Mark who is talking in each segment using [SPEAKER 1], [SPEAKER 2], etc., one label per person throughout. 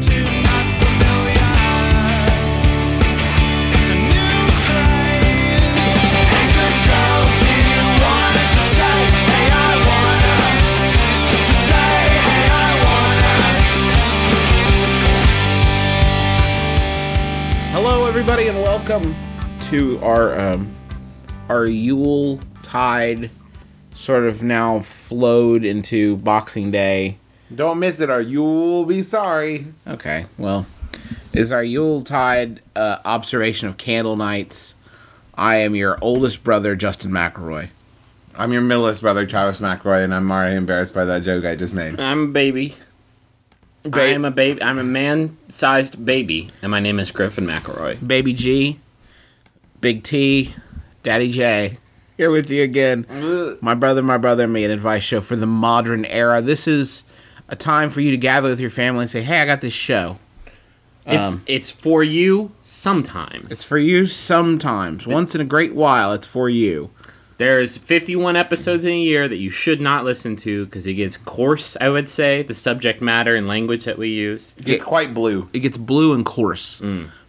[SPEAKER 1] too not familiar. It's a new craze. Hey, good girls, do you wanna just say, hey, I wanna? Just say, hey, I wanna.
[SPEAKER 2] Hello, everybody, and welcome to our um, our Yule Tide, sort of now flowed into Boxing Day.
[SPEAKER 3] Don't miss it or you'll be sorry.
[SPEAKER 2] Okay, well, is our Yule Tide uh, observation of candle nights. I am your oldest brother, Justin McElroy.
[SPEAKER 3] I'm your middleest brother, Travis McRoy, and I'm already embarrassed by that joke I just made.
[SPEAKER 4] I'm a baby. I am a baby. I'm a man-sized baby, and my name is Griffin McElroy.
[SPEAKER 2] Baby G, Big T, Daddy J. Here with you again. My brother, my brother, and me, an advice show for the modern era. This is a time for you to gather with your family and say, hey, I got this show.
[SPEAKER 4] It's it's for you sometimes.
[SPEAKER 2] It's for you sometimes. Once in a great while, it's for you.
[SPEAKER 4] There's 51 episodes in a year that you should not listen to because it gets coarse. I would say the subject matter and language that we use.
[SPEAKER 3] It's quite blue.
[SPEAKER 2] It gets blue and coarse.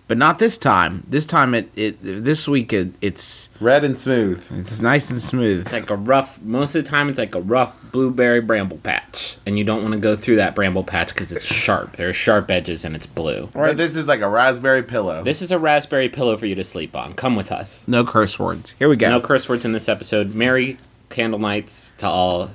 [SPEAKER 2] But not this time. This time, it, it this week it, it's
[SPEAKER 3] Red and smooth.
[SPEAKER 2] it's nice and smooth.
[SPEAKER 4] It's like a rough. Most of the time, it's like a rough blueberry bramble patch, and you don't want to go through that bramble patch because it's sharp. There are sharp edges, and it's blue.
[SPEAKER 3] But this is like a raspberry pillow.
[SPEAKER 4] This is a raspberry pillow for you to sleep on. Come with us.
[SPEAKER 2] No curse words. Here we go.
[SPEAKER 4] No curse words in this episode. Merry candle nights to all,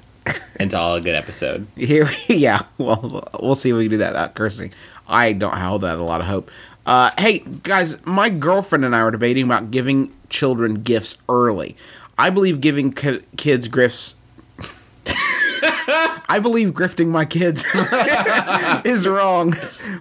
[SPEAKER 4] and to all a good episode.
[SPEAKER 2] Here, yeah. Well, we'll see if we can do that without cursing. I don't hold that a lot of hope. Uh, hey guys, my girlfriend and I were debating about giving children gifts early. I believe giving ki- kids gifts. I believe grifting my kids is wrong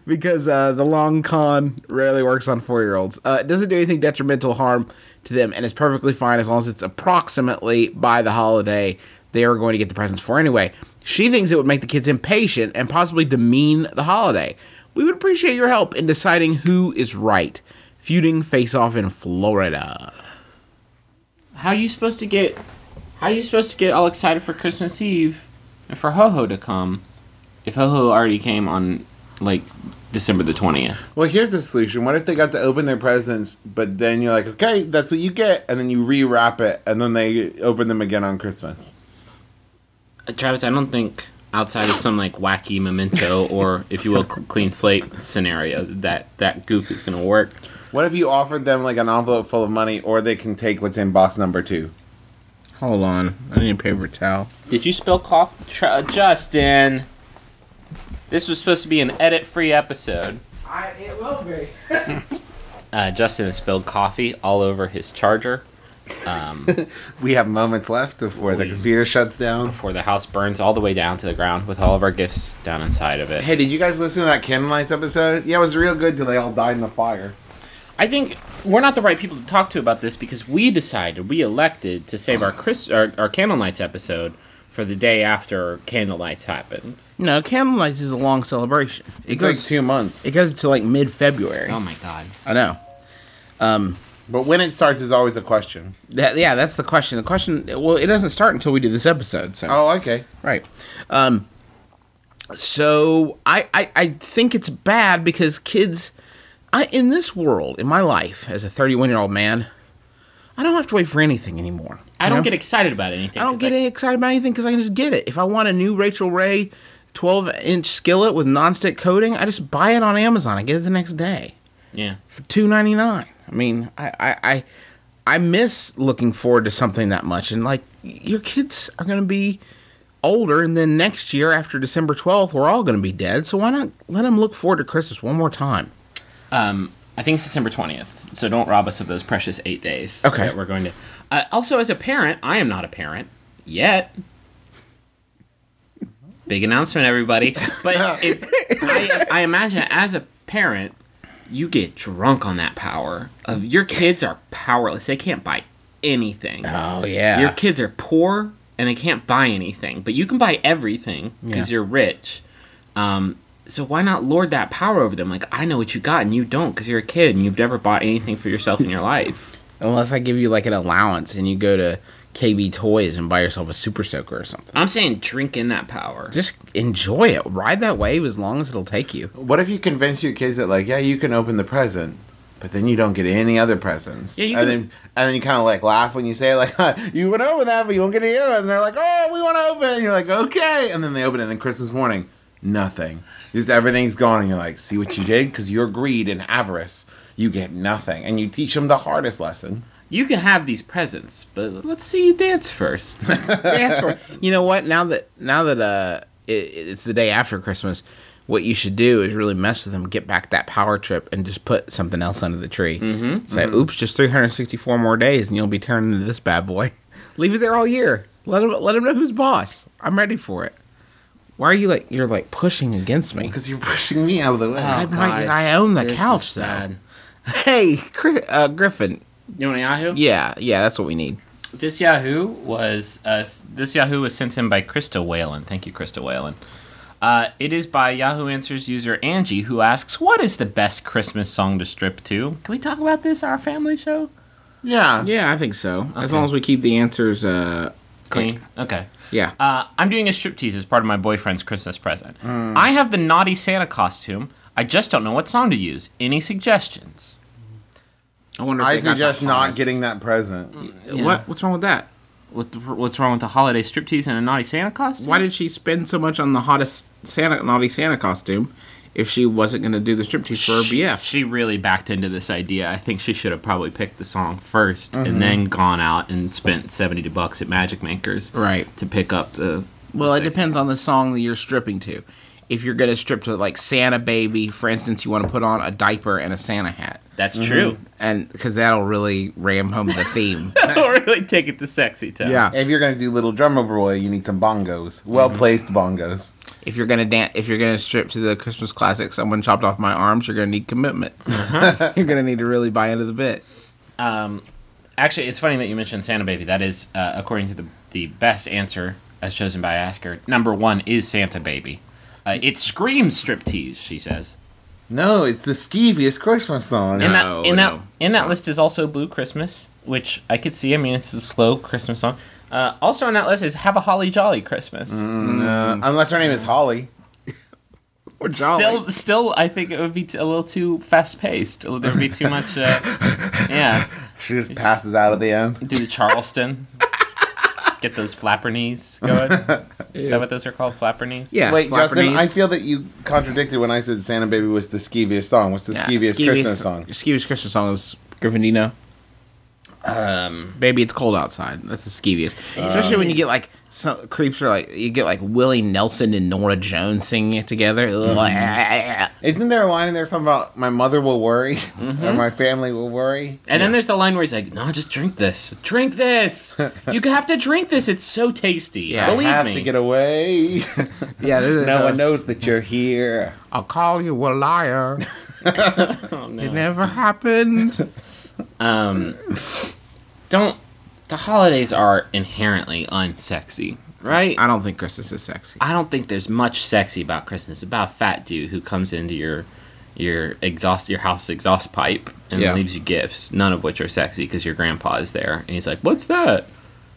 [SPEAKER 2] because uh, the long con rarely works on four year olds. Uh, it doesn't do anything detrimental harm to them and is perfectly fine as long as it's approximately by the holiday they are going to get the presents for anyway. She thinks it would make the kids impatient and possibly demean the holiday. We would appreciate your help in deciding who is right. Feuding face off in Florida.
[SPEAKER 4] How you supposed to get? How you supposed to get all excited for Christmas Eve and for Ho Ho to come if Ho Ho already came on like December the twentieth?
[SPEAKER 3] Well, here's the solution. What if they got to open their presents, but then you're like, okay, that's what you get, and then you rewrap it, and then they open them again on Christmas?
[SPEAKER 4] Uh, Travis, I don't think outside of some like wacky memento or if you will cl- clean slate scenario that that goof is gonna work.
[SPEAKER 3] What if you offered them like an envelope full of money, or they can take what's in box number two?
[SPEAKER 2] Hold on. I need a paper towel.
[SPEAKER 4] Did you spill coffee, Tra- uh, Justin? This was supposed to be an edit-free episode.
[SPEAKER 2] I, it will be.
[SPEAKER 4] Uh, Justin has spilled coffee all over his charger
[SPEAKER 3] We have moments left before the
[SPEAKER 4] We-
[SPEAKER 3] computer shuts down.
[SPEAKER 4] before the house burns all the way down to the ground with all of our gifts down inside of it.
[SPEAKER 3] Hey, did you guys listen to that Candle Lights episode? Yeah, it was real good till they all died in the fire.
[SPEAKER 4] I think we're not the right people to talk to about this because we decided, we elected to save our Chris, our, our candle nights episode for the day after candle nights happened.
[SPEAKER 2] No, candle nights is a long celebration. It
[SPEAKER 3] It's like Um,
[SPEAKER 2] goes,
[SPEAKER 3] two months.
[SPEAKER 2] it goes to like mid February.
[SPEAKER 4] Oh my god.
[SPEAKER 2] I know.
[SPEAKER 3] But when it starts is always a question.
[SPEAKER 2] That, yeah, that's the question. The question, well, it doesn't start until we do this episode. So,
[SPEAKER 3] Oh, okay.
[SPEAKER 2] right. Um, so I, I, I think it's bad because kids, I in this world, in my life as a 31 year old man, I don't have to wait for anything anymore.
[SPEAKER 4] I
[SPEAKER 2] you
[SPEAKER 4] don't
[SPEAKER 2] know?
[SPEAKER 4] get excited about anything.
[SPEAKER 2] I don't
[SPEAKER 4] 'cause
[SPEAKER 2] get excited about anything because I can just get it. If I want a new Rachel Ray 12 inch skillet with nonstick coating, I just buy it on Amazon. I get it the next day
[SPEAKER 4] Yeah.
[SPEAKER 2] for two ninety nine. I mean, I, I I I miss looking forward to something that much. And like, your kids are gonna be older, and then next year after December twelfth, we're all gonna be dead. So why not let them look forward to Christmas one more time?
[SPEAKER 4] Um, I think it's December 20th. So don't rob us of those precious eight days
[SPEAKER 2] Okay.
[SPEAKER 4] that we're going to. Uh, also, as a parent, I am not a parent yet. Big announcement, everybody. But it, I, I imagine as a parent, you get drunk on that power of your kids are powerless. They can't buy anything.
[SPEAKER 2] Oh yeah.
[SPEAKER 4] Your kids are poor and they can't buy anything, but you can buy everything because
[SPEAKER 2] Yeah.
[SPEAKER 4] you're rich. Um, so why not lord that power over them? Like I know what you got and you don't because you're a kid and you've never bought anything for yourself in your life.
[SPEAKER 2] Unless I give you like an allowance and you go to KB Toys and buy yourself a Super Soaker or something.
[SPEAKER 4] I'm saying drink in that power.
[SPEAKER 2] Just enjoy it. Ride that wave as long as it'll take you.
[SPEAKER 3] What if you convince your kids that like, yeah, you can open the present, but then you don't get any other presents.
[SPEAKER 4] Yeah, you
[SPEAKER 3] and
[SPEAKER 4] can-
[SPEAKER 3] then and then you kind of like laugh when you say like, you want to open that, but you won't get any other. And they're like, oh, we want to open. it. And you're like, okay. And then they open it. And then Christmas morning, nothing. Just everything's gone. And you're like, see what you did? Because your greed and avarice, you get nothing. And you teach them the hardest lesson.
[SPEAKER 4] You can have these presents, but let's see you dance first.
[SPEAKER 2] That's right. you know what? Now that now that uh, it, it's the day after Christmas, what you should do is really mess with them, get back that power trip, and just put something else under the tree. Mm-hmm, Say, "Oops, just 364 more days, and you'll be turning into this bad boy." Leave it there all year. Let him let him know who's boss. I'm ready for it. Why are you like you're like pushing against me?
[SPEAKER 3] Because you're pushing me out of the way.
[SPEAKER 2] I,
[SPEAKER 4] Oh,
[SPEAKER 2] might-
[SPEAKER 4] guys,
[SPEAKER 2] I own the
[SPEAKER 4] this
[SPEAKER 2] couch
[SPEAKER 4] is
[SPEAKER 2] though.
[SPEAKER 4] bad.
[SPEAKER 2] Hey, Gri- uh, Griffin.
[SPEAKER 4] You want a Yahoo?
[SPEAKER 2] Yeah, yeah, that's what we need.
[SPEAKER 4] This Yahoo was uh, s- this Yahoo was sent in by Krista Whalen. Thank you, Krista Whalen. Uh, it is by Yahoo Answers user Angie, who asks, "What is the best Christmas song to strip to?" Can we talk about this? Our family show.
[SPEAKER 3] yeah.
[SPEAKER 2] Yeah, I think so. As
[SPEAKER 4] Okay.
[SPEAKER 2] long as we keep the answers. Uh,
[SPEAKER 4] Clean. Okay.
[SPEAKER 2] yeah.
[SPEAKER 4] Uh, I'm doing a striptease as part of my boyfriend's Christmas present. I have the naughty Santa costume. I just don't know what song to use. Any suggestions?
[SPEAKER 2] I wonder.
[SPEAKER 3] I
[SPEAKER 2] they got the
[SPEAKER 3] suggest not
[SPEAKER 2] hardest.
[SPEAKER 3] getting that present.
[SPEAKER 4] Yeah.
[SPEAKER 2] What? What's wrong with that?
[SPEAKER 4] What, what's wrong with a holiday striptease and a naughty Santa costume?
[SPEAKER 2] Why did she spend so much on the hottest Santa naughty Santa costume if she wasn't going to do the striptease for her BF?
[SPEAKER 4] She really backed into this idea. I think she should have probably picked the song 1st
[SPEAKER 2] Mm-hmm.
[SPEAKER 4] and then gone out and spent 70 bucks at Magic Makers
[SPEAKER 2] Right.
[SPEAKER 4] to pick up the.
[SPEAKER 2] Well, it
[SPEAKER 4] Sexy.
[SPEAKER 2] depends on the song that you're stripping to. If you're going to strip to like Santa Baby, for instance, you want to put on a diaper and a Santa hat,
[SPEAKER 4] That's true.
[SPEAKER 2] and because that'll really ram home the theme.
[SPEAKER 4] Don't really take it to sexy town.
[SPEAKER 2] yeah.
[SPEAKER 3] If you're gonna do little drummer boy, you need some bongos, well placed bongos.
[SPEAKER 2] If you're gonna dance, if you're gonna strip to the Christmas classic, someone chopped off my arms. You're gonna need commitment. you're gonna need to really buy into the bit.
[SPEAKER 4] Um, actually, it's funny that you mentioned Santa Baby. That is, uh, according to the the best answer as chosen by Asker, number one is Santa Baby. Uh, it screams striptease, she says.
[SPEAKER 3] No, it's the skeeviest Christmas song. Uh,
[SPEAKER 4] In
[SPEAKER 2] No,
[SPEAKER 4] that in that
[SPEAKER 2] no,
[SPEAKER 4] in that list is also Blue Christmas, which I could see. I mean, it's a slow Christmas song. Uh, also on that list is Have a Holly Jolly Christmas.
[SPEAKER 2] Mm,
[SPEAKER 3] Uh, unless her name is Holly.
[SPEAKER 2] Or jolly.
[SPEAKER 4] Still, still, I think it would be t- a little too fast paced. There would be too much. Uh, yeah,
[SPEAKER 3] She just passes out at the end.
[SPEAKER 4] do the Charleston. Get those flapper knees going. Is that what those are called? Flapper knees.
[SPEAKER 2] yeah.
[SPEAKER 3] Wait,
[SPEAKER 2] flapper
[SPEAKER 3] Justin,
[SPEAKER 2] knees.
[SPEAKER 3] I feel that you contradicted when I said Santa Baby was the skeeviest song. What's the
[SPEAKER 2] Yeah,
[SPEAKER 3] skeeviest,
[SPEAKER 2] skeeviest-
[SPEAKER 3] Christmas song?
[SPEAKER 2] Skeeviest Christmas song is Gryffindino. Um, Baby, it's cold outside. That's the skeeviest. Especially when you get like some creeps are like you get like Willie Nelson and Nora Jones singing it together. Ugh, like,
[SPEAKER 3] Isn't there a line in there something about my mother will worry
[SPEAKER 2] Mm-hmm.
[SPEAKER 3] or my family will worry?
[SPEAKER 4] And then there's the line where he's like, "No, just drink this. Drink this. you have to drink this. It's so tasty.
[SPEAKER 2] Yeah, I
[SPEAKER 4] Believe
[SPEAKER 3] I have
[SPEAKER 4] me."
[SPEAKER 3] to get away.
[SPEAKER 2] yeah, there's a-
[SPEAKER 3] no one knows that you're here.
[SPEAKER 2] I'll call you a liar.
[SPEAKER 4] Oh, no.
[SPEAKER 2] It never happened.
[SPEAKER 4] um, don't. The holidays are inherently unsexy, right?
[SPEAKER 2] I don't think Christmas is sexy.
[SPEAKER 4] I don't think there's much sexy about Christmas. It's about a fat dude who comes into your your exhaust your house's exhaust pipe and
[SPEAKER 2] Yeah.
[SPEAKER 4] leaves you gifts, none of which are sexy because your grandpa is there and he's like, "What's that?"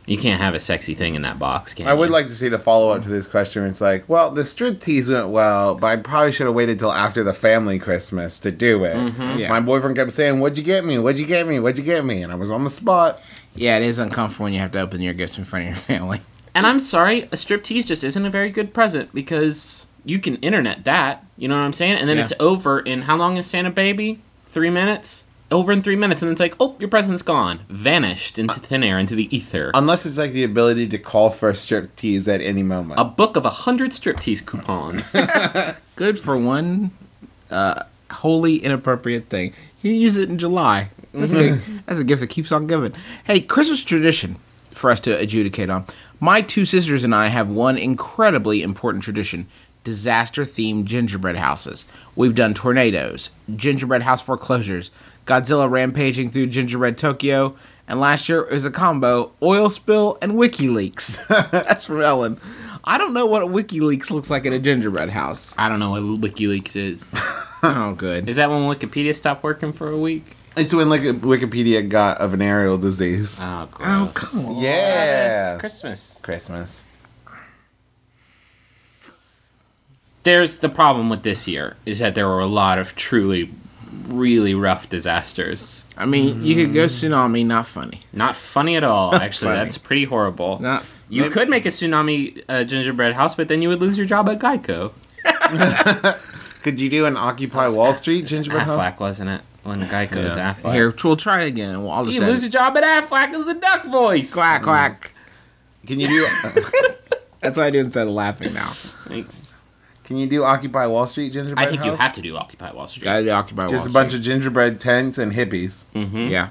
[SPEAKER 4] You can't have a sexy thing in that box, can
[SPEAKER 3] I would
[SPEAKER 4] you?
[SPEAKER 3] like to see the follow up to this question. where It's like, well, the strip tease went well, but I probably should have waited till after the family Christmas to do it.
[SPEAKER 4] Mm-hmm.
[SPEAKER 2] Yeah.
[SPEAKER 3] My boyfriend kept saying, "What'd you get me? What'd you get me? What'd you get me?" And I was on the spot.
[SPEAKER 2] Yeah, it is uncomfortable when you have to open your gifts in front of your family.
[SPEAKER 4] And I'm sorry, a striptease just isn't a very good present because you can internet that. You know what I'm saying? And then
[SPEAKER 2] Yeah.
[SPEAKER 4] it's over in how long is Santa Baby? Three minutes? Over in three minutes, and it's like, oh, your present's gone. Vanished into thin air, into the ether.
[SPEAKER 3] Unless it's like the ability to call for a strip tease at any moment.
[SPEAKER 4] a book of a hundred striptease coupons.
[SPEAKER 2] Good for one uh, wholly inappropriate thing. You use it in July. That's, a, that's a gift that keeps on giving. Hey, Christmas tradition for us to adjudicate on. My two sisters and I have one incredibly important tradition disaster themed gingerbread houses. We've done tornadoes, gingerbread house foreclosures, Godzilla rampaging through gingerbread Tokyo, and last year it was a combo oil spill and WikiLeaks. That's from Ellen. I don't know what WikiLeaks looks like in a gingerbread house.
[SPEAKER 4] I don't know what WikiLeaks is.
[SPEAKER 2] Oh, good.
[SPEAKER 4] Is that when Wikipedia stopped working for a week?
[SPEAKER 3] It's when like Wikipedia got a venereal disease.
[SPEAKER 4] Oh, gross.
[SPEAKER 2] come on.
[SPEAKER 3] yeah.
[SPEAKER 4] It's Christmas.
[SPEAKER 3] Christmas.
[SPEAKER 4] There's the problem with this year is that there were a lot of truly, really rough disasters.
[SPEAKER 2] I mean, you could go tsunami, not funny.
[SPEAKER 4] Not funny at all. Actually,
[SPEAKER 2] funny.
[SPEAKER 4] that's pretty horrible.
[SPEAKER 2] Not
[SPEAKER 4] you could make a tsunami uh, gingerbread house, but then you would lose your job at Geico.
[SPEAKER 3] Could you do an Occupy Wall Street gingerbread house?
[SPEAKER 4] Affleck wasn't it when Geico was Affleck?
[SPEAKER 2] here. We'll try it again. and We'll all
[SPEAKER 4] you
[SPEAKER 2] just
[SPEAKER 4] lose your job at Affleck as a duck voice.
[SPEAKER 2] quack quack.
[SPEAKER 3] Can you do
[SPEAKER 2] That's what I do instead of laughing now.
[SPEAKER 4] Thanks.
[SPEAKER 3] Can you do Occupy Wall Street gingerbread
[SPEAKER 4] I think you have to do Occupy Wall Street.
[SPEAKER 2] Gotta be occupied.
[SPEAKER 3] Just a bunch of gingerbread tents and hippies.
[SPEAKER 2] of yeah.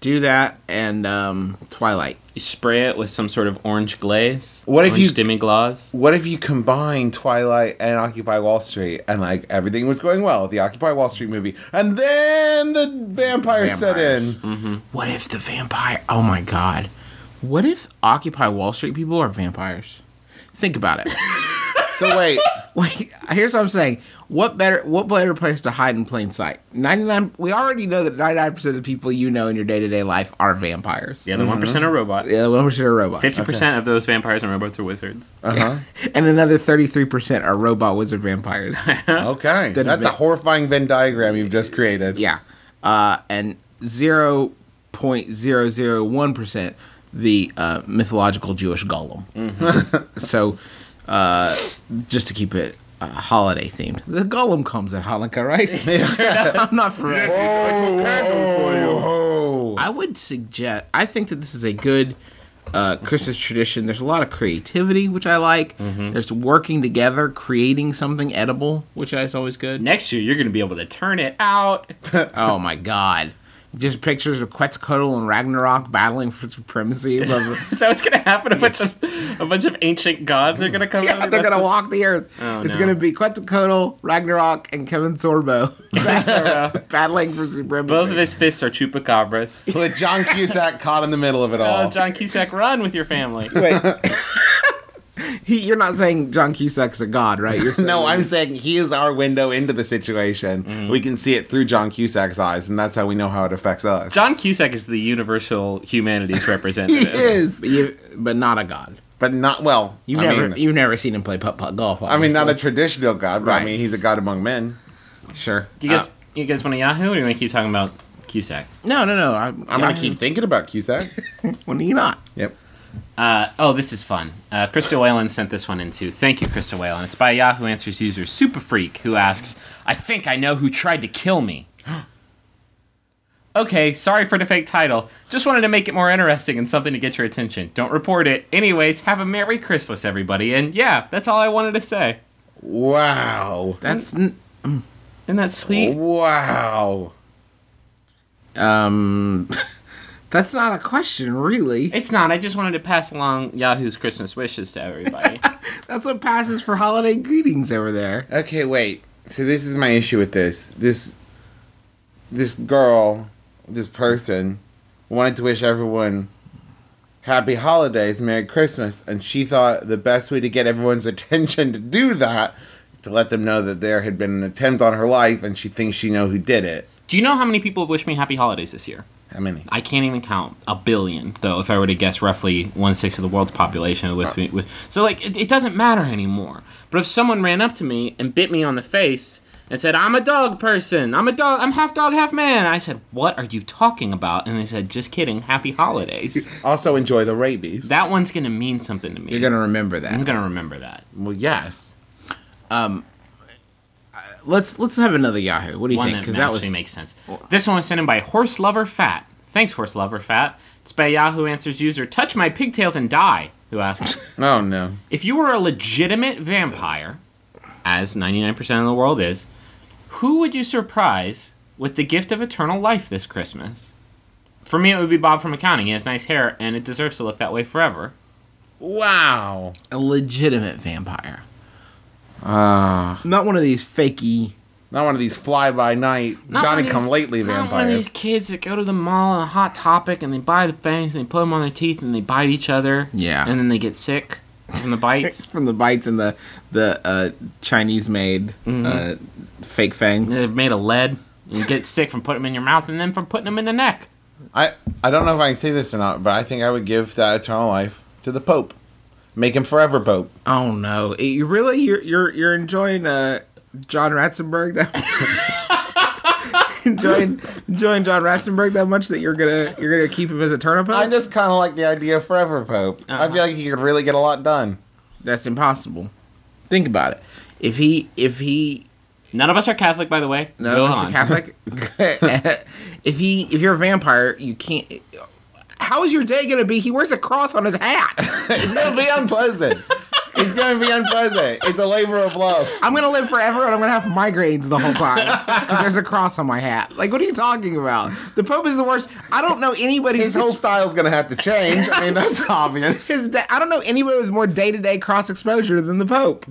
[SPEAKER 2] Do that and um, Twilight.
[SPEAKER 4] You spray it with some sort of orange glaze.
[SPEAKER 3] What if
[SPEAKER 4] orange
[SPEAKER 3] you-
[SPEAKER 4] demi glaze?
[SPEAKER 3] What if you combine Twilight and Occupy Wall Street and like everything was going well, the Occupy Wall Street movie, and then the vampire set
[SPEAKER 2] Vampires.
[SPEAKER 3] in?
[SPEAKER 2] What if the vampire? Oh my god. What if Occupy Wall Street people are vampires? Think about it.
[SPEAKER 3] So wait,
[SPEAKER 2] Wait, here's what I'm saying. What better what better place to hide in plain sight? 99 we already know that 99% of the people you know in your day-to-day life are vampires.
[SPEAKER 4] The other one percent are robots.
[SPEAKER 2] Mm-hmm. Yeah, 1% are robots.
[SPEAKER 4] Fifty percent of those vampires and robots are wizards.
[SPEAKER 2] And another 33% are robot wizard vampires.
[SPEAKER 3] okay,
[SPEAKER 2] Then
[SPEAKER 3] that's a
[SPEAKER 2] va-
[SPEAKER 3] horrifying Venn diagram you've just created.
[SPEAKER 2] yeah. Uh, and 0.001% the uh, mythological Jewish golem. so uh, just to keep it uh, holiday themed. The golem comes at Hanukkah, right? That's not for real.
[SPEAKER 3] Oh,
[SPEAKER 2] I would suggest. I think that this is a good uh, Christmas tradition. There's a lot of creativity, which I like. There's working together, creating something edible, which is always good.
[SPEAKER 4] Next year, you're going to be able to turn it out.
[SPEAKER 2] oh my god! Just pictures of Quetzalcoatl and Ragnarok battling for supremacy. above-
[SPEAKER 4] so it's going to happen. A bunch of a bunch of ancient gods are going to come.
[SPEAKER 2] yeah,
[SPEAKER 4] over.
[SPEAKER 2] they're
[SPEAKER 4] That's
[SPEAKER 2] gonna
[SPEAKER 4] just-
[SPEAKER 2] walk the earth.
[SPEAKER 4] Oh,
[SPEAKER 2] it's
[SPEAKER 4] no.
[SPEAKER 2] gonna be Quetzalcoatl, Ragnarok, and Kevin Sorbo battling for supremacy.
[SPEAKER 4] Both of his fists are chupacabras.
[SPEAKER 3] with John Cusack caught in the middle of it all.
[SPEAKER 4] Oh, John Cusack, run with your family.
[SPEAKER 2] Wait. He, you're not saying John Cusack's a god, right? You're saying
[SPEAKER 3] No, I'm saying he is our window into the situation. We can see it through John Cusack's eyes, and that's how we know how it affects us.
[SPEAKER 4] John Cusack is the universal humanities
[SPEAKER 3] he
[SPEAKER 4] representative.
[SPEAKER 3] is,
[SPEAKER 2] but, you, but not a god.
[SPEAKER 3] but not well.
[SPEAKER 2] You've
[SPEAKER 3] I
[SPEAKER 2] never
[SPEAKER 3] mean-
[SPEAKER 2] you've never seen him play putt putt golf.
[SPEAKER 3] I mean, not a
[SPEAKER 2] obviously.
[SPEAKER 3] traditional god, but
[SPEAKER 2] Right.
[SPEAKER 3] I mean, he's a god among men.
[SPEAKER 2] sure.
[SPEAKER 4] Do you guys,
[SPEAKER 2] Uh,
[SPEAKER 4] you guys want to Yahoo, or do you want to keep talking about Cusack?
[SPEAKER 2] no, no, no. I, I'm
[SPEAKER 3] I'm gonna keep thinking about Cusack.
[SPEAKER 2] When are you not?
[SPEAKER 3] yep.
[SPEAKER 4] Uh, oh, this is fun. Uh, Krista Whalen sent this one in too. Thank you, Krista Whalen. It's by Yahoo Answers user Super Freak, who asks, "I think I know who tried to kill me." okay, sorry for the fake title. Just wanted to make it more interesting and something to get your attention. Don't report it. Anyways, have a Merry Christmas, everybody. And yeah, that's all I wanted to say.
[SPEAKER 3] Wow.
[SPEAKER 2] That's n-
[SPEAKER 4] Isn't that
[SPEAKER 2] Oh.
[SPEAKER 4] sweet?
[SPEAKER 3] Wow.
[SPEAKER 2] um, that's not a question, really.
[SPEAKER 4] It's not. I just wanted to pass along Yahoo's Christmas wishes to everybody.
[SPEAKER 2] That's what passes for holiday greetings over there.
[SPEAKER 3] Okay, wait. So this is my issue with this. This this girl, this person wanted to wish everyone happy holidays, merry christmas, and she thought the best way to get everyone's attention to do that to let them know that there had been an attempt on her life and she thinks she know who did it.
[SPEAKER 4] Do you know how many people have wished me happy holidays this year?
[SPEAKER 3] How many?
[SPEAKER 4] I can't even count a billion, though. If I were to guess, roughly one sixth of the world's population with me. With, so, like, it, it doesn't matter anymore. But if someone ran up to me and bit me on the face and said, "I'm a dog person. I'm a dog. I'm half dog, half man," I said, "What are you talking about?" And they said, "Just kidding. Happy holidays."
[SPEAKER 3] Also enjoy the rabies.
[SPEAKER 4] that one's gonna mean something to me.
[SPEAKER 2] You're gonna remember
[SPEAKER 4] I'm
[SPEAKER 2] that.
[SPEAKER 4] gonna remember that.
[SPEAKER 3] well, yes.
[SPEAKER 2] Um, Let's let's have another Yahoo. What do you
[SPEAKER 4] one
[SPEAKER 2] think?
[SPEAKER 4] that
[SPEAKER 2] Because that
[SPEAKER 4] actually
[SPEAKER 2] was
[SPEAKER 4] makes sense. This one was sent in by Horse Lover Fat. Thanks, Horse Lover Fat. It's by Yahoo Answers user Touch My Pigtails and Die, who asks,
[SPEAKER 3] Oh no.
[SPEAKER 4] If you were a legitimate vampire, as 99% of the world is, who would you surprise with the gift of eternal life this Christmas? For me, it would be Bob from accounting. He has nice hair, and it deserves to look that way forever.
[SPEAKER 3] Wow.
[SPEAKER 2] a legitimate vampire. Not one of these fakey.
[SPEAKER 3] Not one of these fly by night
[SPEAKER 4] Not one
[SPEAKER 3] Johnny
[SPEAKER 4] of
[SPEAKER 3] Come
[SPEAKER 4] these-
[SPEAKER 3] Lately
[SPEAKER 4] not One of
[SPEAKER 3] vampires.
[SPEAKER 4] these kids that go to the mall on a hot topic and they buy the fangs and they put them on their teeth and they bite each other.
[SPEAKER 2] Yeah.
[SPEAKER 4] And then they get sick from the bites.
[SPEAKER 2] from the bites and the the uh, Chinese made uh, fake fangs.
[SPEAKER 4] They're made of lead. And you get sick from putting them in your mouth and then from putting them in the neck.
[SPEAKER 3] I I don't know if I can say this or not, but I think I would give that eternal life to the Pope. Make him forever Pope.
[SPEAKER 2] Oh no! Eh, You really you're you're you're enjoying uh, John Ratzenberg that enjoying enjoying John Ratzenberg that much that you're gonna you're gonna keep him as a turnip.
[SPEAKER 3] I just kind of like the idea of forever Pope.
[SPEAKER 2] Uh-huh.
[SPEAKER 3] I feel like he could really get a lot done.
[SPEAKER 2] That's impossible. Think about it. If he if he
[SPEAKER 4] None of us are Catholic, by the way.
[SPEAKER 2] no,
[SPEAKER 4] Go
[SPEAKER 2] if you're
[SPEAKER 4] on.
[SPEAKER 2] Catholic. if he if you're a vampire, you can't. How is your day gonna be? He wears a cross on his hat.
[SPEAKER 3] It's gonna be unpleasant. It's gonna be unpleasant. It's a labor of love.
[SPEAKER 2] I'm gonna live forever and I'm gonna have migraines the whole time because there's a cross on my hat. Like, what are you talking about? The Pope is the worst. I don't know anybody
[SPEAKER 3] His whole style's gonna have to change. I mean, that's obvious.
[SPEAKER 2] His da- I don't know anybody with more day to day cross exposure than the Pope.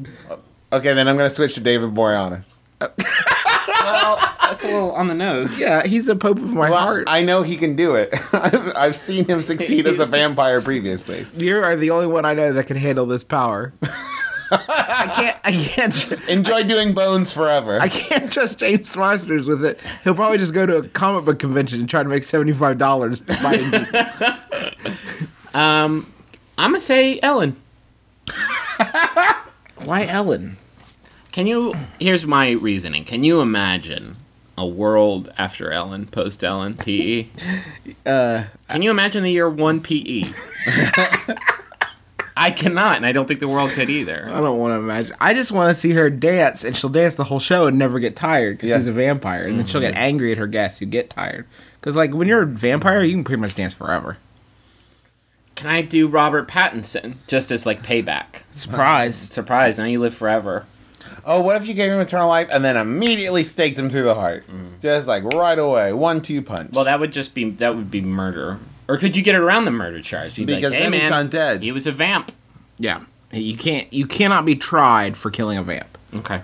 [SPEAKER 3] Okay, then I'm gonna switch to David Boreanaz.
[SPEAKER 4] well, that's a little on the nose.
[SPEAKER 2] Yeah, he's the Pope of my
[SPEAKER 3] Well,
[SPEAKER 2] heart.
[SPEAKER 3] I know he can do it. I've, I've seen him succeed as a vampire previously.
[SPEAKER 2] you are the only one I know that can handle this power. I can't. I can't.
[SPEAKER 3] Enjoy doing bones forever.
[SPEAKER 2] I can't trust James Monsters with it. He'll probably just go to a comic book convention and try to make seventy five dollars fighting people.
[SPEAKER 4] Um, I'm going to say Ellen.
[SPEAKER 2] Why Ellen?
[SPEAKER 4] Can you? Here's my reasoning. Can you imagine a world after Ellen, post Ellen, PE? Uh, Can you imagine the year one PE? I cannot, and I don't think the world could either.
[SPEAKER 2] I don't want to imagine. I just want to see her dance, and she'll dance the whole show and never get tired because
[SPEAKER 3] Yeah.
[SPEAKER 2] she's a vampire, and then she'll get angry at her guests who get tired. Because like when you're a vampire, you can pretty much dance forever.
[SPEAKER 4] Can I do Robert Pattinson just as like payback?
[SPEAKER 2] Surprise!
[SPEAKER 4] Surprise! Now you live forever.
[SPEAKER 3] oh, what if you gave him eternal life and then immediately staked him through the heart? Just like right away, one two punch.
[SPEAKER 4] Mm. Well, that would just be that would be murder. Or could you get around the murder charge? You'd be
[SPEAKER 3] Because
[SPEAKER 4] like, hey
[SPEAKER 3] then he's
[SPEAKER 4] man,
[SPEAKER 3] undead."
[SPEAKER 4] he was a vamp.
[SPEAKER 2] yeah, you can't. You cannot be tried for killing a vamp.
[SPEAKER 4] Okay.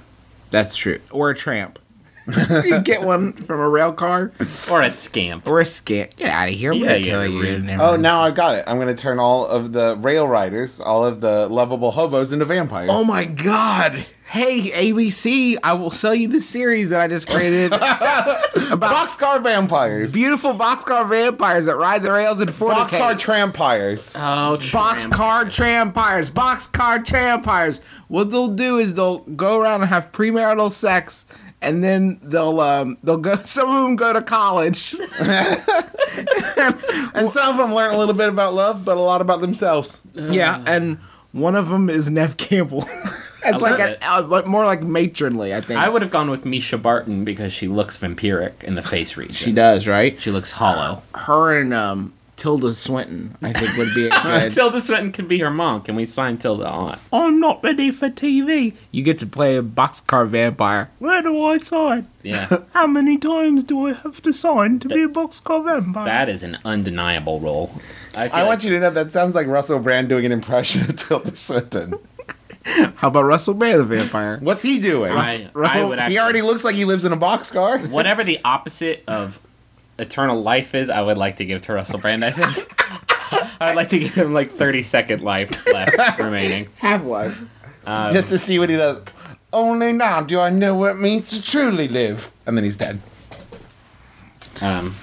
[SPEAKER 2] That's true. Or a tramp. you get one from a rail car
[SPEAKER 4] Or a scamp.
[SPEAKER 2] or a scamp. Get out of here! We're
[SPEAKER 4] Yeah,
[SPEAKER 2] gonna
[SPEAKER 4] yeah,
[SPEAKER 2] kill you.
[SPEAKER 4] we're-
[SPEAKER 2] Never
[SPEAKER 3] oh,
[SPEAKER 2] mind.
[SPEAKER 3] now I've got it. I'm gonna turn all of the rail riders, all of the lovable hobos, into vampires.
[SPEAKER 2] Oh my god. Hey ABC, I will sell you the series that I just created about
[SPEAKER 3] Boxcar vampires.
[SPEAKER 2] beautiful boxcar vampires that ride the rails and
[SPEAKER 3] Boxcar
[SPEAKER 2] fornicate.
[SPEAKER 3] trampires.
[SPEAKER 4] Oh,
[SPEAKER 2] Boxcar trampires, boxcar trampires. What they'll do is they'll go around and have premarital sex, and then they'll um they'll go. Some of them go to college.
[SPEAKER 3] and some of them learn a little bit about love, but a lot about themselves.
[SPEAKER 2] yeah, and one of them is Nev Campbell. It's like
[SPEAKER 4] love
[SPEAKER 2] a,
[SPEAKER 4] it.
[SPEAKER 2] uh, more like matronly, I think.
[SPEAKER 4] I would have gone with Misha Barton because she looks vampiric in the face region.
[SPEAKER 2] she
[SPEAKER 4] She,
[SPEAKER 2] does right.
[SPEAKER 4] looks hollow.
[SPEAKER 5] Ah,
[SPEAKER 2] her and um, Tilda Swinton, I think, would be a good.
[SPEAKER 4] Tilda Swinton could be her mom. Can we sign Tilda on?
[SPEAKER 2] I'm not ready for TV. You get to play a boxcar vampire.
[SPEAKER 5] Where do I sign?
[SPEAKER 4] Yeah,
[SPEAKER 5] How many times do I have to sign to be a boxcar vampire?
[SPEAKER 4] that is an undeniable role. feel
[SPEAKER 3] I
[SPEAKER 4] like-
[SPEAKER 3] want you to know that sounds like Russell Brand doing an impression of Tilda Swinton.
[SPEAKER 2] How about Russell Brand the vampire?
[SPEAKER 3] What's he doing?
[SPEAKER 4] I,
[SPEAKER 2] Russell,
[SPEAKER 4] I would actually,
[SPEAKER 3] he already looks like he lives in a boxcar.
[SPEAKER 4] whatever the opposite of eternal life is, I would like to give to Russell Brand. I think I'd like to give him like thirty second life left remaining.
[SPEAKER 2] Have one.
[SPEAKER 4] Um.
[SPEAKER 3] just to see what he does. Only now do I know what it means to truly live. And then he's dead.
[SPEAKER 4] Um,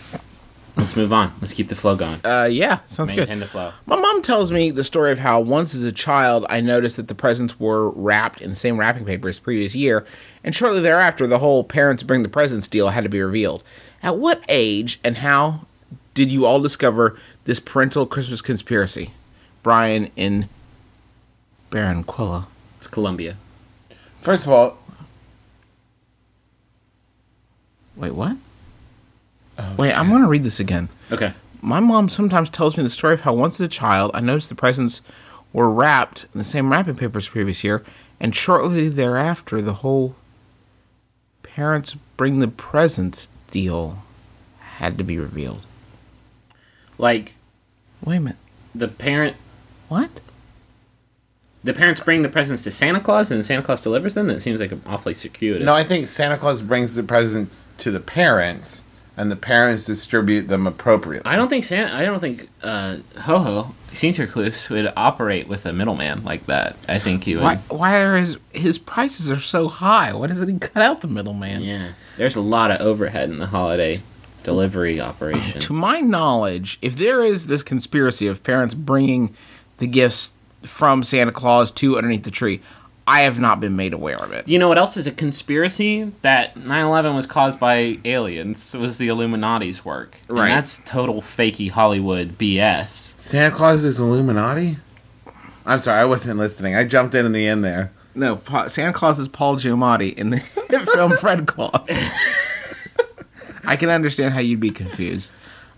[SPEAKER 4] let's move on. Let's keep the flow going.
[SPEAKER 2] Uh, yeah, sounds
[SPEAKER 4] Maintain
[SPEAKER 2] good.
[SPEAKER 4] the flow.
[SPEAKER 2] My mom tells me the story of how once as a child I noticed that the presents were wrapped in the same wrapping paper as previous year, and shortly thereafter the whole parents bring the presents deal had to be revealed. At what age and how did you all discover this parental Christmas conspiracy? Brian in Barranquilla.
[SPEAKER 4] It's Columbia.
[SPEAKER 3] First of all,
[SPEAKER 2] Wait, what? Wait, I'm going to read this again.
[SPEAKER 4] Okay.
[SPEAKER 2] My mom sometimes tells me the story of how once as a child I noticed the presents were wrapped in the same wrapping paper as previous year, and shortly thereafter the whole parents bring the presents deal had to be revealed.
[SPEAKER 4] Like
[SPEAKER 2] Wait a minute.
[SPEAKER 4] the parent
[SPEAKER 2] What?
[SPEAKER 4] the parents bring the presents to Santa Claus and Santa Claus delivers them, that seems like awfully circuitous.
[SPEAKER 3] No, I think Santa Claus brings the presents to the parents, and the parents distribute them appropriately.
[SPEAKER 4] I don't think Santa. I don't think uh, Ho Ho Sinterklaas would operate with a middleman like that. I think he would.
[SPEAKER 2] Why, why are his his prices are so high? Why doesn't he cut out the middleman?
[SPEAKER 4] Yeah, there's a lot of overhead in the holiday delivery operation.
[SPEAKER 2] To my knowledge, if there is this conspiracy of parents bringing the gifts from Santa Claus to underneath the tree, I have not been made aware of it.
[SPEAKER 4] You know what else is a conspiracy? That 9/11 was caused by aliens. It was the Illuminati's work.
[SPEAKER 2] Right.
[SPEAKER 4] And that's total fakey Hollywood BS.
[SPEAKER 3] Santa Claus is Illuminati. I'm sorry, I wasn't listening. I jumped in in the end there.
[SPEAKER 2] No, pa- Santa Claus is Paul Giamatti in the film Fred Claus. I can understand how you'd be confused.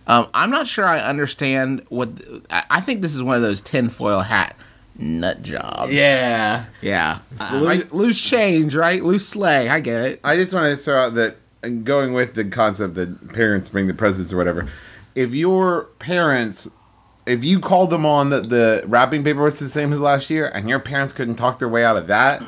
[SPEAKER 2] Um, I'm not sure I understand what. I, I think this is one of those tinfoil hat nut jobs.
[SPEAKER 4] Yeah.
[SPEAKER 2] Yeah. Loo- loose change, right? Loose sleigh. I get it.
[SPEAKER 3] I just want to throw out that and going with the concept that parents bring the presents or whatever. If your parents, if you called them on that the wrapping paper was the same as last year, and your parents couldn't talk their way out of that,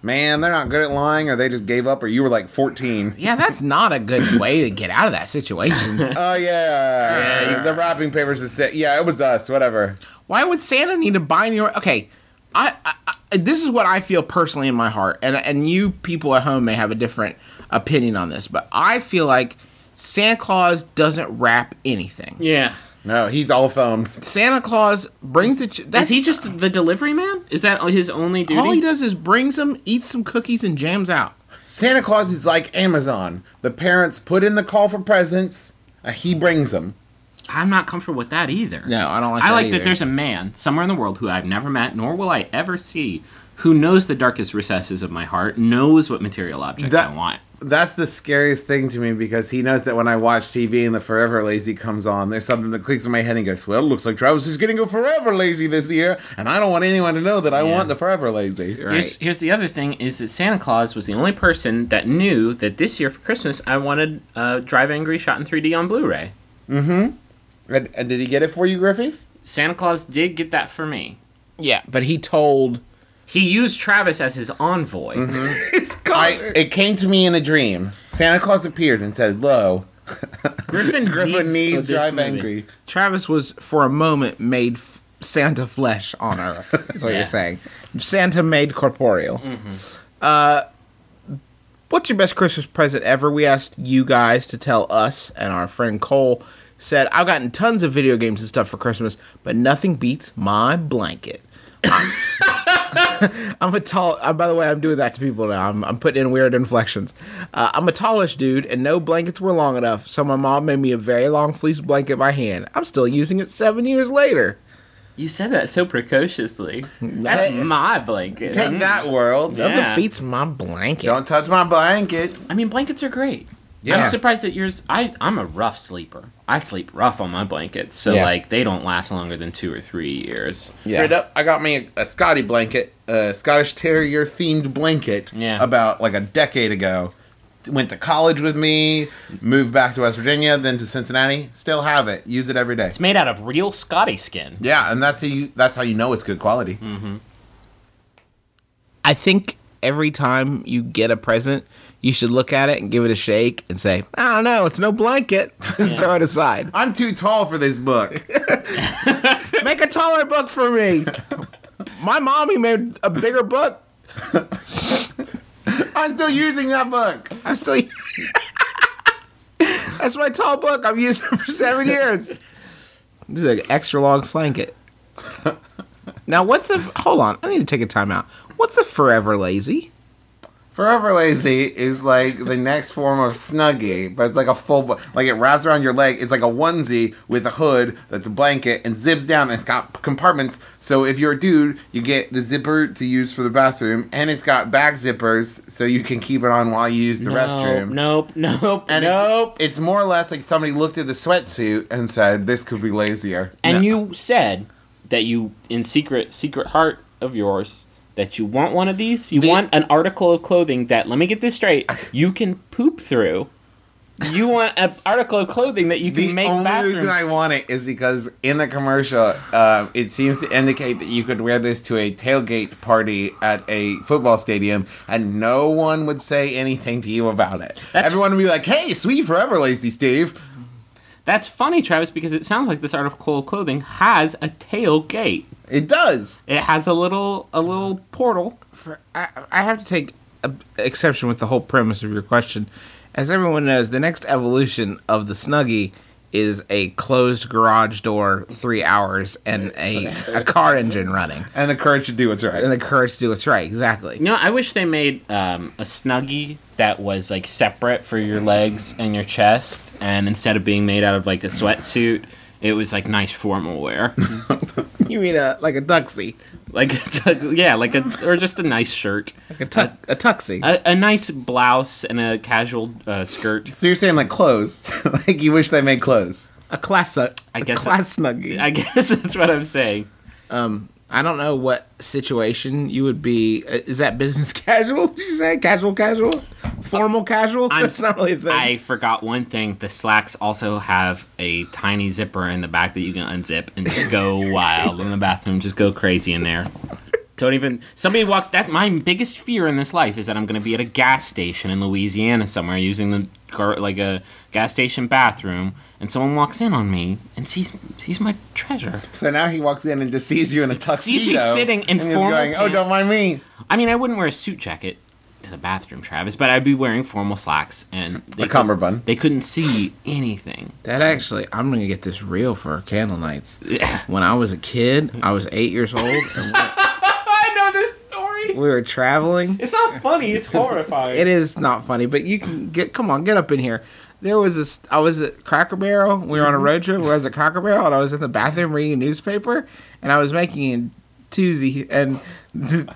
[SPEAKER 3] man, they're not good at lying, or they just gave up, or you were like 14.
[SPEAKER 2] Yeah, that's not a good way to get out of that situation.
[SPEAKER 3] Oh yeah, the wrapping papers is set. Yeah, it was us. Whatever.
[SPEAKER 2] Why would Santa need to bind your? Okay, I, I, I this is what I feel personally in my heart, and and you people at home may have a different opinion on this, but I feel like Santa Claus doesn't wrap anything.
[SPEAKER 4] Yeah.
[SPEAKER 3] No, he's all thumbs.
[SPEAKER 2] Santa Claus brings the. ch- That's
[SPEAKER 4] Is he just the delivery man? Is that his only duty?
[SPEAKER 2] all he does is brings them, eats some cookies, and jams out.
[SPEAKER 3] Santa Claus is like Amazon. The parents put in the call for presents. Uh, he brings them.
[SPEAKER 4] I'm not comfortable with that either.
[SPEAKER 2] No, I don't like.
[SPEAKER 4] I
[SPEAKER 2] that
[SPEAKER 4] like
[SPEAKER 2] either.
[SPEAKER 4] that there's a man somewhere in the world who I've never met, nor will I ever see, who knows the darkest recesses of my heart, knows what material objects
[SPEAKER 3] That-
[SPEAKER 4] I want.
[SPEAKER 3] That's the scariest thing to me because he knows that when I watch TV and the Forever Lazy comes on, there's something that clicks in my head and goes, "Well, it looks like Travis is going to go Forever Lazy this year," and I don't want anyone to know that I want the Forever Lazy.
[SPEAKER 4] Here's, here's the other thing is that Santa Claus was the only person that knew that this year for Christmas I wanted uh, Drive Angry shot in 3D on Blu-ray.
[SPEAKER 3] And, and did he get it for you, Griffey?
[SPEAKER 4] Santa Claus did get that for me.
[SPEAKER 2] yeah, but he told.
[SPEAKER 4] He used Travis as his envoy.
[SPEAKER 2] It's
[SPEAKER 3] I. It came to me in a dream. Santa Claus appeared and said, "Lo,
[SPEAKER 4] Griffin,
[SPEAKER 3] Griffin needs
[SPEAKER 4] needs this
[SPEAKER 3] Drive
[SPEAKER 4] movie.
[SPEAKER 3] Angry."
[SPEAKER 2] Travis was for a moment made f- Santa flesh on Earth. That's what
[SPEAKER 4] Yeah.
[SPEAKER 2] you're saying. Santa made corporeal. Uh, what's your best Christmas present ever? We asked you guys to tell us, and our friend Cole said, "I've gotten tons of video games and stuff for Christmas, but nothing beats my blanket." I'm a tall. Uh, by the way, I'm doing that to people now. I'm, I'm putting in weird inflections. Uh, I'm a tallish dude, and no blankets were long enough, so my mom made me a very long fleece blanket by hand. I'm still using it seven years later.
[SPEAKER 4] You said that so precociously. That's
[SPEAKER 3] Hey.
[SPEAKER 4] my blanket.
[SPEAKER 3] Take that world.
[SPEAKER 4] Yeah.
[SPEAKER 2] Nothing beats my blanket.
[SPEAKER 3] Don't touch my blanket.
[SPEAKER 4] I mean, blankets are great.
[SPEAKER 3] Yeah.
[SPEAKER 4] I'm surprised that yours. I I'm a rough sleeper. I sleep rough on my blankets, so
[SPEAKER 2] Yeah.
[SPEAKER 4] like they don't last longer than two or three years.
[SPEAKER 3] Straight up, I got me a, a Scotty blanket, a Scottish Terrier themed blanket,
[SPEAKER 4] Yeah.
[SPEAKER 3] about like a decade ago. Went to college with me, moved back to West Virginia, then to Cincinnati. Still have it. Use it every day.
[SPEAKER 4] It's made out of real Scotty skin.
[SPEAKER 3] Yeah, and that's how you that's how you know it's good quality.
[SPEAKER 4] Hmm.
[SPEAKER 2] I think every time you get a present, you should look at it and give it a shake and say, "I don't know, it's no blanket." Throw it aside.
[SPEAKER 3] I'm too tall for this book.
[SPEAKER 2] Make a taller book for me. my mommy made a bigger book.
[SPEAKER 3] I'm still using that book.
[SPEAKER 2] I'm still. That's my tall book. I've used it for seven years. This is an extra long slanket. Now, what's a. Hold on. I need to take a time out. What's a forever lazy?
[SPEAKER 3] Forever Lazy is like the next form of Snuggie, but it's like a full, bu- like it wraps around your leg. It's like a onesie with a hood that's a blanket and zips down and it's got compartments. So if you're a dude, you get the zipper to use for the bathroom and it's got back zippers so you can keep it on while you use the restroom.
[SPEAKER 4] Nope. Nope.
[SPEAKER 3] And it's-
[SPEAKER 4] nope.
[SPEAKER 3] It's, more or less like somebody looked at the sweatsuit and said, this could be lazier.
[SPEAKER 4] And you said that you, in secret, secret heart of yours, that you want one of these. You
[SPEAKER 3] The-
[SPEAKER 4] want an article of clothing that. Let me get this straight. You can poop through. You want an article of clothing that you can
[SPEAKER 3] The
[SPEAKER 4] make
[SPEAKER 3] only
[SPEAKER 4] bathrooms.
[SPEAKER 3] reason I want it is because in the commercial, um, it seems to indicate that you could wear this to a tailgate party at a football stadium, and no one would say anything to you about it.
[SPEAKER 4] That's-
[SPEAKER 3] Everyone would be like, "Hey, sweet forever, lazy Steve."
[SPEAKER 4] That's funny, Travis, because it sounds like this article of clothing has a tailgate.
[SPEAKER 3] It does.
[SPEAKER 4] It has a little a little portal.
[SPEAKER 2] I, I have to take a, exception with the whole premise of your question. As everyone knows, the next evolution of the Snuggie is a closed garage door, three hours, and a, a car engine running.
[SPEAKER 3] And the courage to do what's right.
[SPEAKER 2] And the courage to do what's right, exactly.
[SPEAKER 4] You know, I wish they made um, a snuggie that was like separate for your legs and your chest, and instead of being made out of like a sweatsuit, it was like nice formal wear,
[SPEAKER 2] You mean a like a duxie,
[SPEAKER 4] like a tu- yeah, like a or just a nice shirt,
[SPEAKER 2] like a tu- a tuxie?
[SPEAKER 4] a, a nice blouse and a casual uh, skirt.
[SPEAKER 3] so you're saying like clothes? like you wish they made clothes?
[SPEAKER 2] a class I
[SPEAKER 4] guess-
[SPEAKER 2] class snuggie.
[SPEAKER 4] I guess that's what I'm saying.
[SPEAKER 2] I don't know what situation you would be. uh, Is that business casual? Did you say casual, casual, formal, casual?
[SPEAKER 4] I'm-
[SPEAKER 2] That's not really a thing.
[SPEAKER 4] I forgot one thing. The slacks also have a tiny zipper in the back that you can unzip and just go wild in the bathroom. Just go crazy in there. Don't even. Somebody walks. That my biggest fear in this life is that I'm going to be at a gas station in Louisiana somewhere using the gar, like a gas station bathroom, and someone walks in on me and sees sees my treasure.
[SPEAKER 3] So now he walks in and just sees you in a tuxedo.
[SPEAKER 4] Sees me sitting in
[SPEAKER 3] and he's
[SPEAKER 4] formal
[SPEAKER 3] going, "Oh, don't
[SPEAKER 4] pants."
[SPEAKER 3] mind me."
[SPEAKER 4] I mean, I wouldn't wear a suit jacket to the bathroom, Travis, but I'd be wearing formal slacks and they
[SPEAKER 3] A
[SPEAKER 4] could-
[SPEAKER 3] cummerbund.
[SPEAKER 4] They couldn't see anything.
[SPEAKER 2] That actually, I'm gonna get this real for our candle nights.
[SPEAKER 4] Yeah.
[SPEAKER 2] When I was a kid, I was eight years old, and
[SPEAKER 4] I know this story.
[SPEAKER 2] we we were traveling.
[SPEAKER 4] It's not funny. It's horrifying.
[SPEAKER 2] It is not funny, but you can get. Come on, get up in here. There was this. I was at Cracker Barrel. We were on a road trip. I was at Cracker Barrel, and I was in the bathroom reading a newspaper, and I was making a toozy, and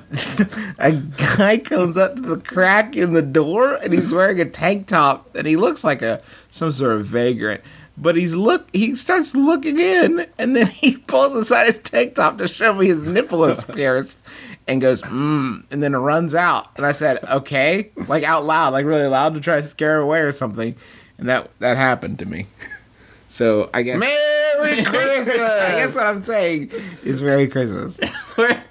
[SPEAKER 2] a guy comes up to the crack in the door, and he's wearing a tank top, and he looks like a some sort of vagrant. But he's look. He starts looking in, and then he pulls aside his tank top to show me his nipple is pierced, and goes, "Mmm," and then runs out. And I said, "Okay," like out loud, like really loud, to try to scare him away or something. And that that happened to me. So I guess
[SPEAKER 3] Merry Christmas.
[SPEAKER 2] I guess what I'm saying is Merry Christmas.
[SPEAKER 4] We're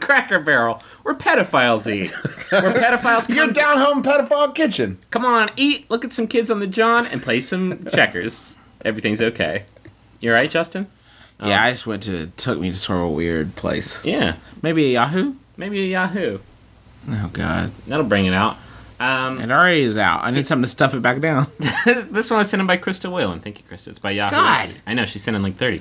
[SPEAKER 4] Cracker Barrel. We're pedophiles eat. We're pedophiles. Come,
[SPEAKER 3] Your down home pedophile kitchen.
[SPEAKER 4] come on, eat. Look at some kids on the John and play some checkers. Everything's okay. You're right, Justin.
[SPEAKER 2] Yeah, I just went to took me to sort of a weird place.
[SPEAKER 4] Yeah,
[SPEAKER 2] Maybe a Yahoo.
[SPEAKER 4] maybe a Yahoo.
[SPEAKER 2] Oh God!
[SPEAKER 4] That'll bring it out. Um,
[SPEAKER 2] It already is out. I need something to stuff it back down.
[SPEAKER 4] this one was sent in by Krista Whalen. Thank you, Krista. It's by Yahoo.
[SPEAKER 2] God.
[SPEAKER 4] Answers. I know she's sending like thirty.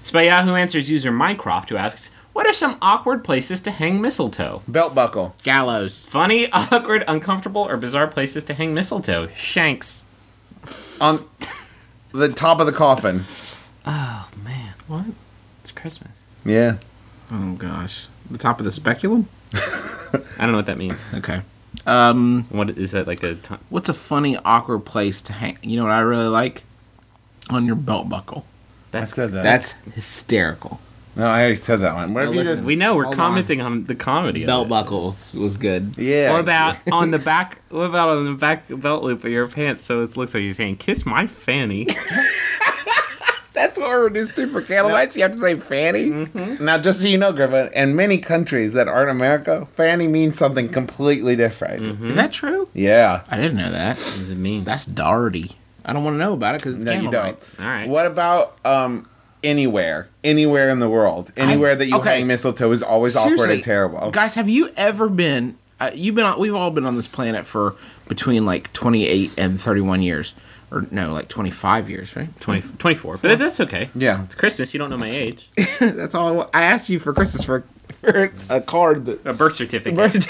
[SPEAKER 4] It's by Yahoo Answers user Mycroft who asks, "What are some awkward places to hang mistletoe?"
[SPEAKER 3] Belt buckle.
[SPEAKER 2] Gallows.
[SPEAKER 4] Funny, awkward, uncomfortable, or bizarre places to hang mistletoe. Shanks.
[SPEAKER 3] on the top of the coffin.
[SPEAKER 4] Oh man, what? It's Christmas.
[SPEAKER 3] Yeah.
[SPEAKER 2] Oh gosh! The top of the speculum.
[SPEAKER 4] I don't know what that means.
[SPEAKER 2] Okay. Um,
[SPEAKER 4] What is that like a? T-
[SPEAKER 2] what's a funny, awkward place to hang? You know what I really like? On your belt buckle.
[SPEAKER 4] that's
[SPEAKER 3] good though.
[SPEAKER 2] That's hysterical.
[SPEAKER 3] no, I already said that one. What if
[SPEAKER 2] No,
[SPEAKER 3] you
[SPEAKER 2] listen.
[SPEAKER 3] just
[SPEAKER 4] We know we're
[SPEAKER 2] Hold on.
[SPEAKER 4] commenting on. the comedy.
[SPEAKER 2] Belt
[SPEAKER 4] of it.
[SPEAKER 2] buckles was good.
[SPEAKER 3] yeah.
[SPEAKER 4] What about on the back? What about on the back belt loop of your pants? So it looks like you're saying, "Kiss my fanny."
[SPEAKER 2] That's what we're reduced to for candle lights. You have to say fanny.
[SPEAKER 3] now? Just so you know, Griffin, in many countries that aren't America, fanny means something completely different.
[SPEAKER 2] Is that true?
[SPEAKER 3] Yeah.
[SPEAKER 2] I didn't know that.
[SPEAKER 4] what does it mean?
[SPEAKER 2] That's darty. I don't want to know about it because it's
[SPEAKER 3] No, you
[SPEAKER 2] candle
[SPEAKER 3] don't.
[SPEAKER 2] lights.
[SPEAKER 4] All right.
[SPEAKER 3] What about um anywhere, anywhere in the world, anywhere that you
[SPEAKER 2] okay.
[SPEAKER 3] hang mistletoe is always awkward
[SPEAKER 2] Seriously,
[SPEAKER 3] and terrible.
[SPEAKER 2] Guys, have you ever been? Uh, you've been. on We've all been on this planet for between like 28 and 31 years, or no, like 25 years, right?
[SPEAKER 4] 20, 24. But that's okay.
[SPEAKER 3] Yeah.
[SPEAKER 4] It's Christmas. You don't know my age.
[SPEAKER 2] That's all. I, wa- I asked you for Christmas for, for a card that.
[SPEAKER 4] A birth certificate.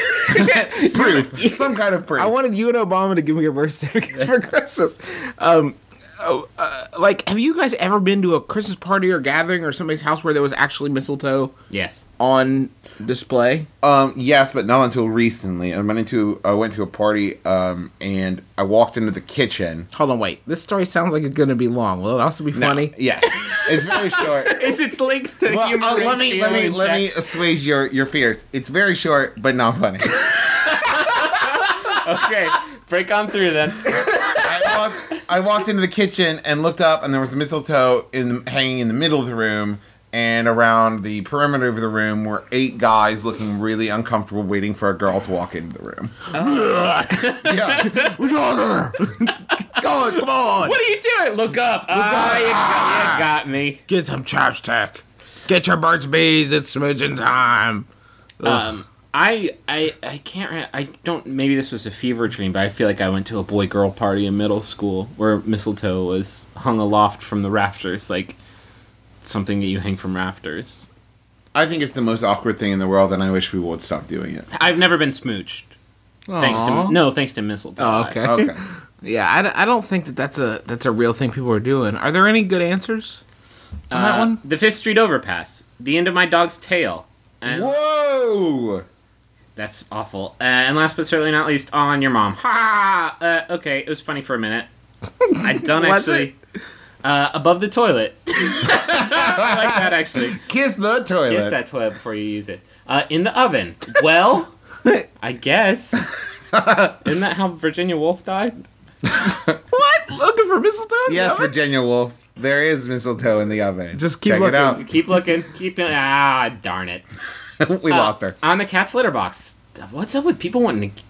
[SPEAKER 3] proof, some kind of proof.
[SPEAKER 2] I wanted you and Obama to give me a birth certificate for Christmas. Um, oh, uh, like, have you guys ever been to a Christmas party or gathering or somebody's house where there was actually mistletoe
[SPEAKER 4] yes.
[SPEAKER 2] on display?
[SPEAKER 3] Um, yes, but not until recently. I went into I went to a party um, and I walked into the kitchen.
[SPEAKER 2] Hold on, wait. This story sounds like it's going to be long. Will it also be funny?
[SPEAKER 3] No, yes, it's very short.
[SPEAKER 4] Is it's linked to
[SPEAKER 3] Well,
[SPEAKER 4] human
[SPEAKER 3] uh, let me
[SPEAKER 4] ratio
[SPEAKER 3] let me
[SPEAKER 4] and
[SPEAKER 3] let me
[SPEAKER 4] sex?
[SPEAKER 3] assuage your your fears. It's very short, but not funny.
[SPEAKER 4] Okay. Break on through then.
[SPEAKER 3] I walked, I walked into the kitchen and looked up, and there was mistletoe in hanging in the middle of the room, and around the perimeter of the room were eight guys looking really uncomfortable, waiting for a girl to walk into the room. yeah, we got her. Go on, come on.
[SPEAKER 4] What are you doing? Look up. Ah, you, got, you got me.
[SPEAKER 2] Get some chapstick. Get your Burt's Bees. It's smudging time.
[SPEAKER 4] Um, I I I can't. Re- I don't. Maybe this was a fever dream, but I feel like I went to a boy girl party in middle school where mistletoe was hung aloft from the rafters, like something that you hang from rafters.
[SPEAKER 3] I think it's the most awkward thing in the world, and I wish we would stop doing it.
[SPEAKER 4] I've never been smooched. Thanks to no, thanks to mistletoe.
[SPEAKER 2] Oh, okay.
[SPEAKER 3] Okay.
[SPEAKER 2] Yeah, I, d- I don't think that that's a that's a real thing people are doing. Are there any good answers on that
[SPEAKER 4] Uh,
[SPEAKER 2] one?
[SPEAKER 4] The Fifth Street overpass. The end of my dog's tail. And
[SPEAKER 3] Whoa!
[SPEAKER 4] That's awful. Uh, and last but certainly not least, on your mom. Ha! Uh, okay, it was funny for a minute. I don't
[SPEAKER 2] Was
[SPEAKER 4] actually. Uh, above the toilet. I like that actually.
[SPEAKER 3] Kiss the toilet.
[SPEAKER 4] Kiss that toilet before you use it. Uh, in the oven. Well, I guess. Isn't that how Virginia Woolf died?
[SPEAKER 2] What? Looking for mistletoe? in the
[SPEAKER 3] Yes,
[SPEAKER 2] oven?
[SPEAKER 3] Virginia Woolf. There is mistletoe in the oven.
[SPEAKER 2] Just keep
[SPEAKER 3] Check
[SPEAKER 2] looking.
[SPEAKER 3] it out.
[SPEAKER 4] Keep looking. Keep it. Ah, darn it. Uh,
[SPEAKER 3] we lost her.
[SPEAKER 4] On the cat's litter box. What's up with people wanting to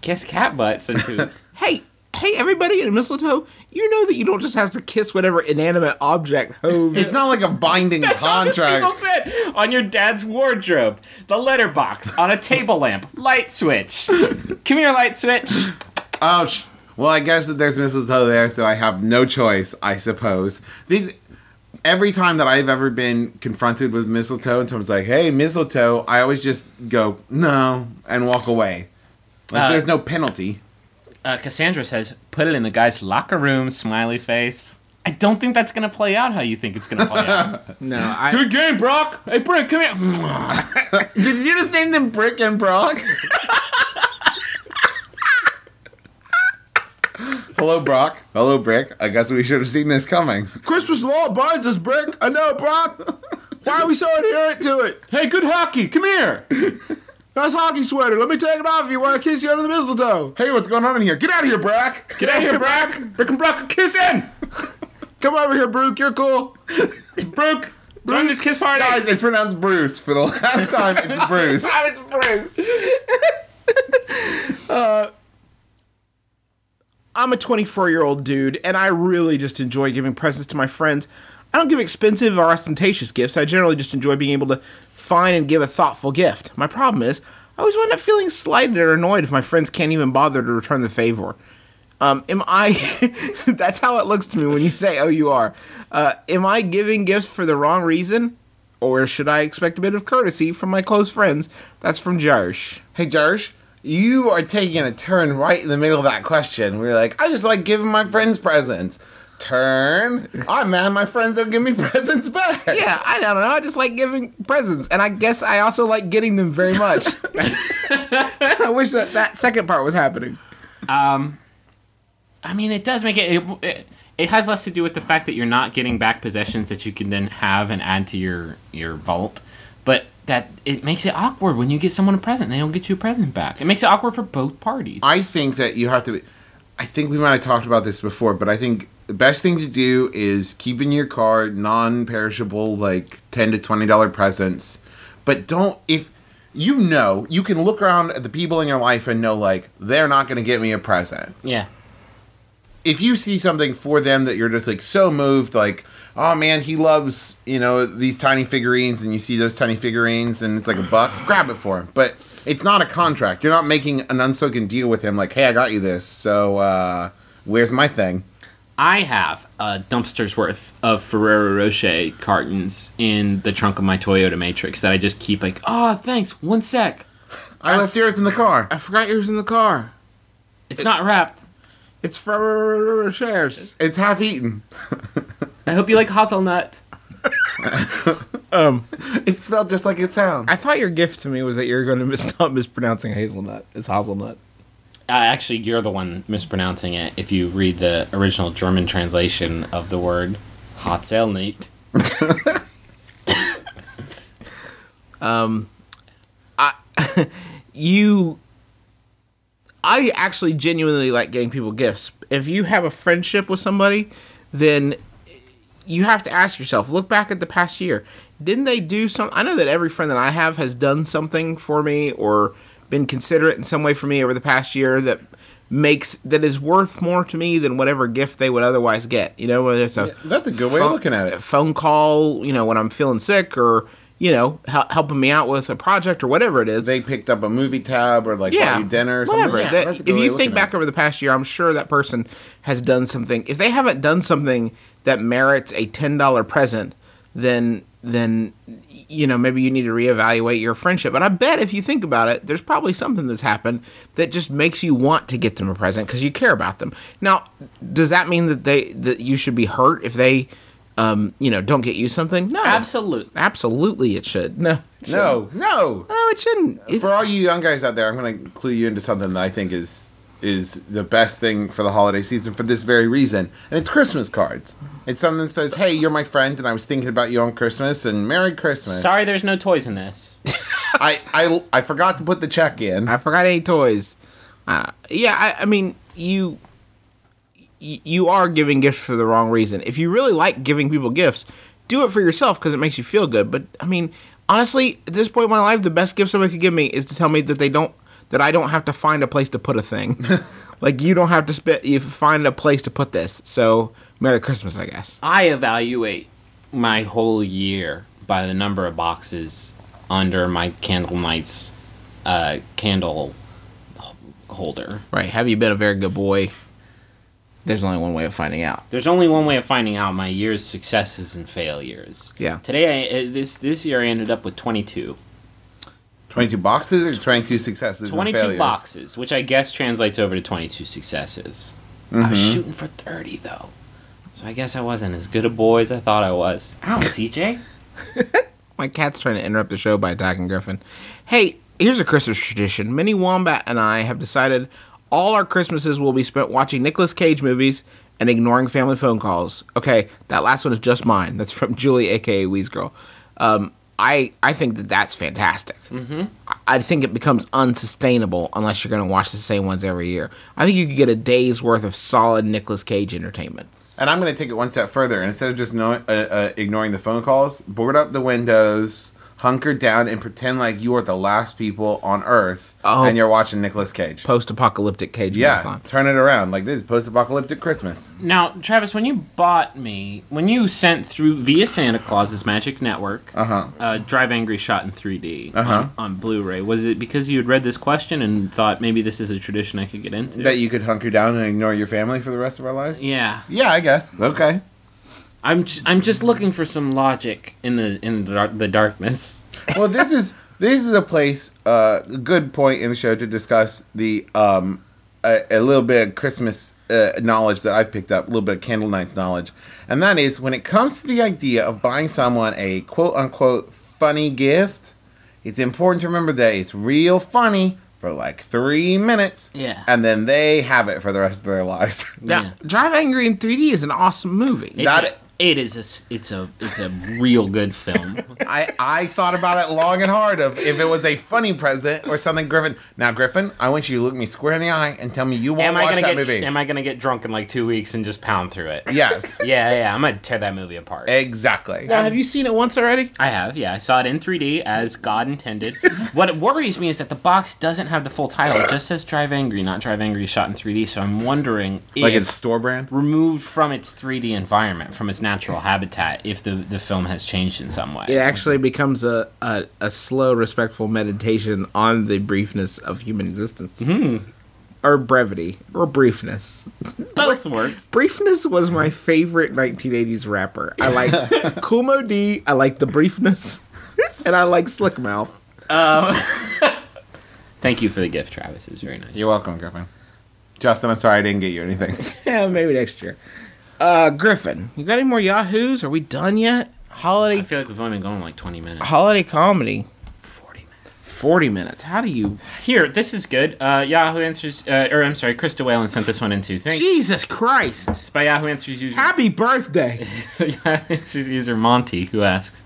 [SPEAKER 4] kiss cat butts into?
[SPEAKER 2] Hey, hey, everybody in mistletoe, you know that you don't just have to kiss whatever inanimate object hoves.
[SPEAKER 3] It's not like a binding
[SPEAKER 4] That's all this people
[SPEAKER 3] contract.
[SPEAKER 4] said. On your dad's wardrobe, the letterbox, on a table lamp, light switch. Come here, light switch.
[SPEAKER 3] Oh, sh- well, I guess that there's mistletoe there, so I have no choice, I suppose. These every time that I've ever been confronted with mistletoe and someone's like, "Hey, mistletoe," I always just go no and walk away. Like
[SPEAKER 4] Uh,
[SPEAKER 3] there's no penalty.
[SPEAKER 4] Uh, Cassandra says, put it in the guy's locker room, smiley face. I don't think that's going to play out how you think it's going to play out.
[SPEAKER 2] No, I,
[SPEAKER 3] Good game, Brock.
[SPEAKER 4] hey, Brent, come here.
[SPEAKER 3] Did you just name them Brick and Brock? Hello, Brock. Hello, Brick. I guess we should have seen this coming.
[SPEAKER 2] Christmas law binds us, Brick. I know, Brock. Why are we so adherent to it?
[SPEAKER 4] hey, good hockey, come here.
[SPEAKER 2] That's hockey sweater. Let me take it off if you want to kiss you under the mistletoe.
[SPEAKER 3] Hey, what's going on in here? Get out of here, Brock.
[SPEAKER 4] Get out of here, Brock. Brick and Brock are kissing.
[SPEAKER 2] Come over here, Brooke. You're cool.
[SPEAKER 4] Brooke, join this kiss party.
[SPEAKER 3] Guys, it's pronounced Bruce for the last time. It's Bruce.
[SPEAKER 2] I'm a 24 year old dude, and I really just enjoy giving presents to my friends. I don't give expensive or ostentatious gifts. I generally just enjoy being able to find and give a thoughtful gift. My problem is, I always wind up feeling slighted or annoyed if my friends can't even bother to return the favor. Um, am I? that's how it looks to me when you say, "Oh, you are." Uh, am I giving gifts for the wrong reason, or should I expect a bit of courtesy from my close friends? That's from Jarsh.
[SPEAKER 3] Hey, Josh, you are taking a turn right in the middle of that question. We are like, I just like giving my friends presents. Turn. I'm mad my friends don't give me presents back.
[SPEAKER 2] Yeah, I don't know. I just like giving presents, and I guess I also like getting them very much. I wish that that second part was happening.
[SPEAKER 4] I mean, it does make it it, it. it has less to do with the fact that you're not getting back possessions that you can then have and add to your your vault, but that it makes it awkward when you get someone a present and they don't get you a present back. It makes it awkward for both parties.
[SPEAKER 3] I think that you have to. Be, I think we might have talked about this before, but I think the best thing to do is keep in your car non-perishable, like ten to twenty dollar presents. But don't if you know you can look around at the people in your life and know like they're not going to get me a present.
[SPEAKER 4] yeah.
[SPEAKER 3] If you see something for them that you're just like so moved, like oh man, he loves you know these tiny figurines, and you see those tiny figurines, and it's like a buck, grab it for him. But it's not a contract. You're not making an unspoken deal with him, like hey, I got you this, so uh, where's my thing?
[SPEAKER 4] I have a dumpster's worth of Ferrero Rocher cartons in the trunk of my Toyota Matrix that I just keep like, oh, thanks, one sec.
[SPEAKER 3] I left yours in the car.
[SPEAKER 2] I forgot yours in the car.
[SPEAKER 4] It's not wrapped.
[SPEAKER 2] It's for shares.
[SPEAKER 3] It's half eaten.
[SPEAKER 4] I hope you like hazelnut.
[SPEAKER 3] It's spelled just like it sounds.
[SPEAKER 2] I thought your gift to me was that you're going to mis- stop mispronouncing hazelnut. It's hazelnut.
[SPEAKER 4] Uh, actually, you're the one mispronouncing it if you read the original German translation of the word Hazelnut.
[SPEAKER 2] You, I actually genuinely like getting people gifts. If you have a friendship with somebody, then you have to ask yourself, look back at the past year. Didn't they do some I know that every friend that I have has done something for me or been considerate in some way for me over the past year that makes that is worth more to me than whatever gift they would otherwise get. You know, whether it's a
[SPEAKER 3] that's a good way of
[SPEAKER 2] pho-
[SPEAKER 3] looking at it.
[SPEAKER 2] Phone call, you know, when I'm feeling sick or you know, hel- helping me out with a project or whatever it is
[SPEAKER 3] They picked up a movie tab or like bought you dinner or
[SPEAKER 2] whatever.
[SPEAKER 3] something. Yeah,
[SPEAKER 2] That-
[SPEAKER 3] that's a good
[SPEAKER 2] if
[SPEAKER 3] way
[SPEAKER 2] you
[SPEAKER 3] of
[SPEAKER 2] think
[SPEAKER 3] looking
[SPEAKER 2] back
[SPEAKER 3] at it.
[SPEAKER 2] over the past year, I'm sure that person has done something. If they haven't done something that merits a ten dollar present, then then you know maybe you need to reevaluate your friendship. But I bet if you think about it, there's probably something that's happened that just makes you want to get them a present because you care about them. Now, does that mean that they that you should be hurt if they um, you know don't get you something? No,
[SPEAKER 4] Absolute.
[SPEAKER 2] absolutely it should. No, it
[SPEAKER 3] no, no.
[SPEAKER 2] shouldn't. no, it shouldn't. It-
[SPEAKER 3] For all you young guys out there, I'm going to clue you into something that I think is is the best thing for the holiday season for this very reason, and it's Christmas cards. It's something that says, "Hey, you're my friend, and I was thinking about you on Christmas, and Merry Christmas."
[SPEAKER 4] Sorry, there's no toys in this.
[SPEAKER 3] I I, I forgot to put the check in.
[SPEAKER 2] I forgot any toys. Uh, yeah, I, I mean, you y- you are giving gifts for the wrong reason. If you really like giving people gifts, do it for yourself because it makes you feel good. But I mean, honestly, at this point in my life, the best gift somebody could give me is to tell me that they don't that I don't have to find a place to put a thing. like you don't have to spit you find a place to put this. So Merry Christmas, I guess.
[SPEAKER 4] I evaluate my whole year by the number of boxes under my candle night's uh, candle h- holder.
[SPEAKER 2] Right? Have you been a very good boy? There's only one way of finding out.
[SPEAKER 4] There's only one way of finding out my year's successes and failures.
[SPEAKER 2] Yeah.
[SPEAKER 4] Today, I, uh, this this year, I ended up with 22.
[SPEAKER 3] 22 boxes or 22 successes? and
[SPEAKER 4] 22
[SPEAKER 3] failures?
[SPEAKER 4] boxes, which I guess translates over to 22 successes. I was shooting for 30, though. So I guess I wasn't as good a boy as I thought I was. Ow, CJ.
[SPEAKER 2] My cat's trying to interrupt the show by attacking Griffin. Hey, here's a Christmas tradition. Minnie Wombat and I have decided all our Christmases will be spent watching Nicolas Cage movies and ignoring family phone calls. Okay, that last one is just mine. That's from Julie, aka Wheeze Girl. Um, I I think that that's fantastic. Mm-hmm. I, I think it becomes unsustainable unless you're going to watch the same ones every year. I think you could get a day's worth of solid Nicolas Cage entertainment.
[SPEAKER 3] And I'm going to take it one step further. Instead of just know, uh, uh, ignoring the phone calls, board up the windows, hunker down, and pretend like you are the last people on Earth
[SPEAKER 2] Oh.
[SPEAKER 3] and you're watching Nicolas Cage.
[SPEAKER 2] Post-apocalyptic Cage
[SPEAKER 3] yeah,
[SPEAKER 2] marathon.
[SPEAKER 3] turn it around. Like this is post apocalyptic Christmas.
[SPEAKER 4] Now, Travis, when you bought me, when you sent through via Santa Claus's Magic Network, uh-huh. Drive Angry shot in 3D on, on Blu-ray, was it because you had read this question and thought maybe this is a tradition I could get into?
[SPEAKER 3] That you could hunker down and ignore your family for the rest of our lives?
[SPEAKER 4] yeah,
[SPEAKER 3] Yeah, I guess. Okay.
[SPEAKER 4] I'm j- I'm just looking for some logic in the in the, dar- the darkness.
[SPEAKER 3] well, this is this is a place, uh, a good point in the show to discuss the um, a, a little bit of Christmas uh, knowledge that I've picked up, a little bit of candle nights knowledge, and that is when it comes to the idea of buying someone a quote unquote funny gift. It's important to remember that it's real funny for like three minutes,
[SPEAKER 4] Yeah.
[SPEAKER 3] and then they have it for the rest of their lives.
[SPEAKER 2] Now,
[SPEAKER 4] Yeah.
[SPEAKER 2] Drive Angry in 3D is an awesome movie.
[SPEAKER 4] It's
[SPEAKER 3] Not
[SPEAKER 4] a-
[SPEAKER 3] it.
[SPEAKER 4] It is a s- it's a it's a real good film.
[SPEAKER 3] I, I thought about it long and hard of if it was a funny present or something Griffin. Now Griffin, I want you to look me square in the eye and tell me you won't
[SPEAKER 4] am I
[SPEAKER 3] watch
[SPEAKER 4] gonna
[SPEAKER 3] that
[SPEAKER 4] get
[SPEAKER 3] movie.
[SPEAKER 4] am I gonna get drunk in like two weeks and just pound through it?
[SPEAKER 3] yes.
[SPEAKER 4] yeah, yeah. I'm gonna tear that movie apart.
[SPEAKER 3] Eh. Exactly.
[SPEAKER 2] Now, have you seen it once already?
[SPEAKER 4] I have, yeah. I saw it in 3D as God intended. what worries me is that the box doesn't have the full title. It just says Drive Angry, not Drive Angry shot in 3D. So I'm wondering if
[SPEAKER 3] Like it's store brand.
[SPEAKER 4] removed from its 3D environment, from its natural habitat, if the, the film has changed in some way.
[SPEAKER 2] It actually becomes a, a, a slow, respectful meditation on the briefness of human existence. Or brevity, or briefness.
[SPEAKER 4] Both work.
[SPEAKER 2] Briefness was my favorite 1980s rapper. I like Kumo D, I like the briefness, and I like Slick Mouth.
[SPEAKER 4] Thank you for the gift, Travis. It was very nice.
[SPEAKER 3] You're welcome, Griffin. Justin, I'm sorry I didn't get you anything.
[SPEAKER 2] Yeah, maybe next year. Uh, Griffin, you got any more Yahoos? Are we done yet?
[SPEAKER 4] I
[SPEAKER 2] Holiday
[SPEAKER 4] feel like we've only been going like 20 minutes.
[SPEAKER 2] holiday comedy,
[SPEAKER 4] 40 minutes.
[SPEAKER 2] 40 minutes. How do you
[SPEAKER 4] Here, this is good. Uh, Yahoo Answers, uh, or I'm sorry, Krista Whalen sent this one in too. Thanks.
[SPEAKER 2] Jesus Christ!
[SPEAKER 4] It's by Yahoo Answers user.
[SPEAKER 2] Happy birthday!
[SPEAKER 4] it's user Monty who asks,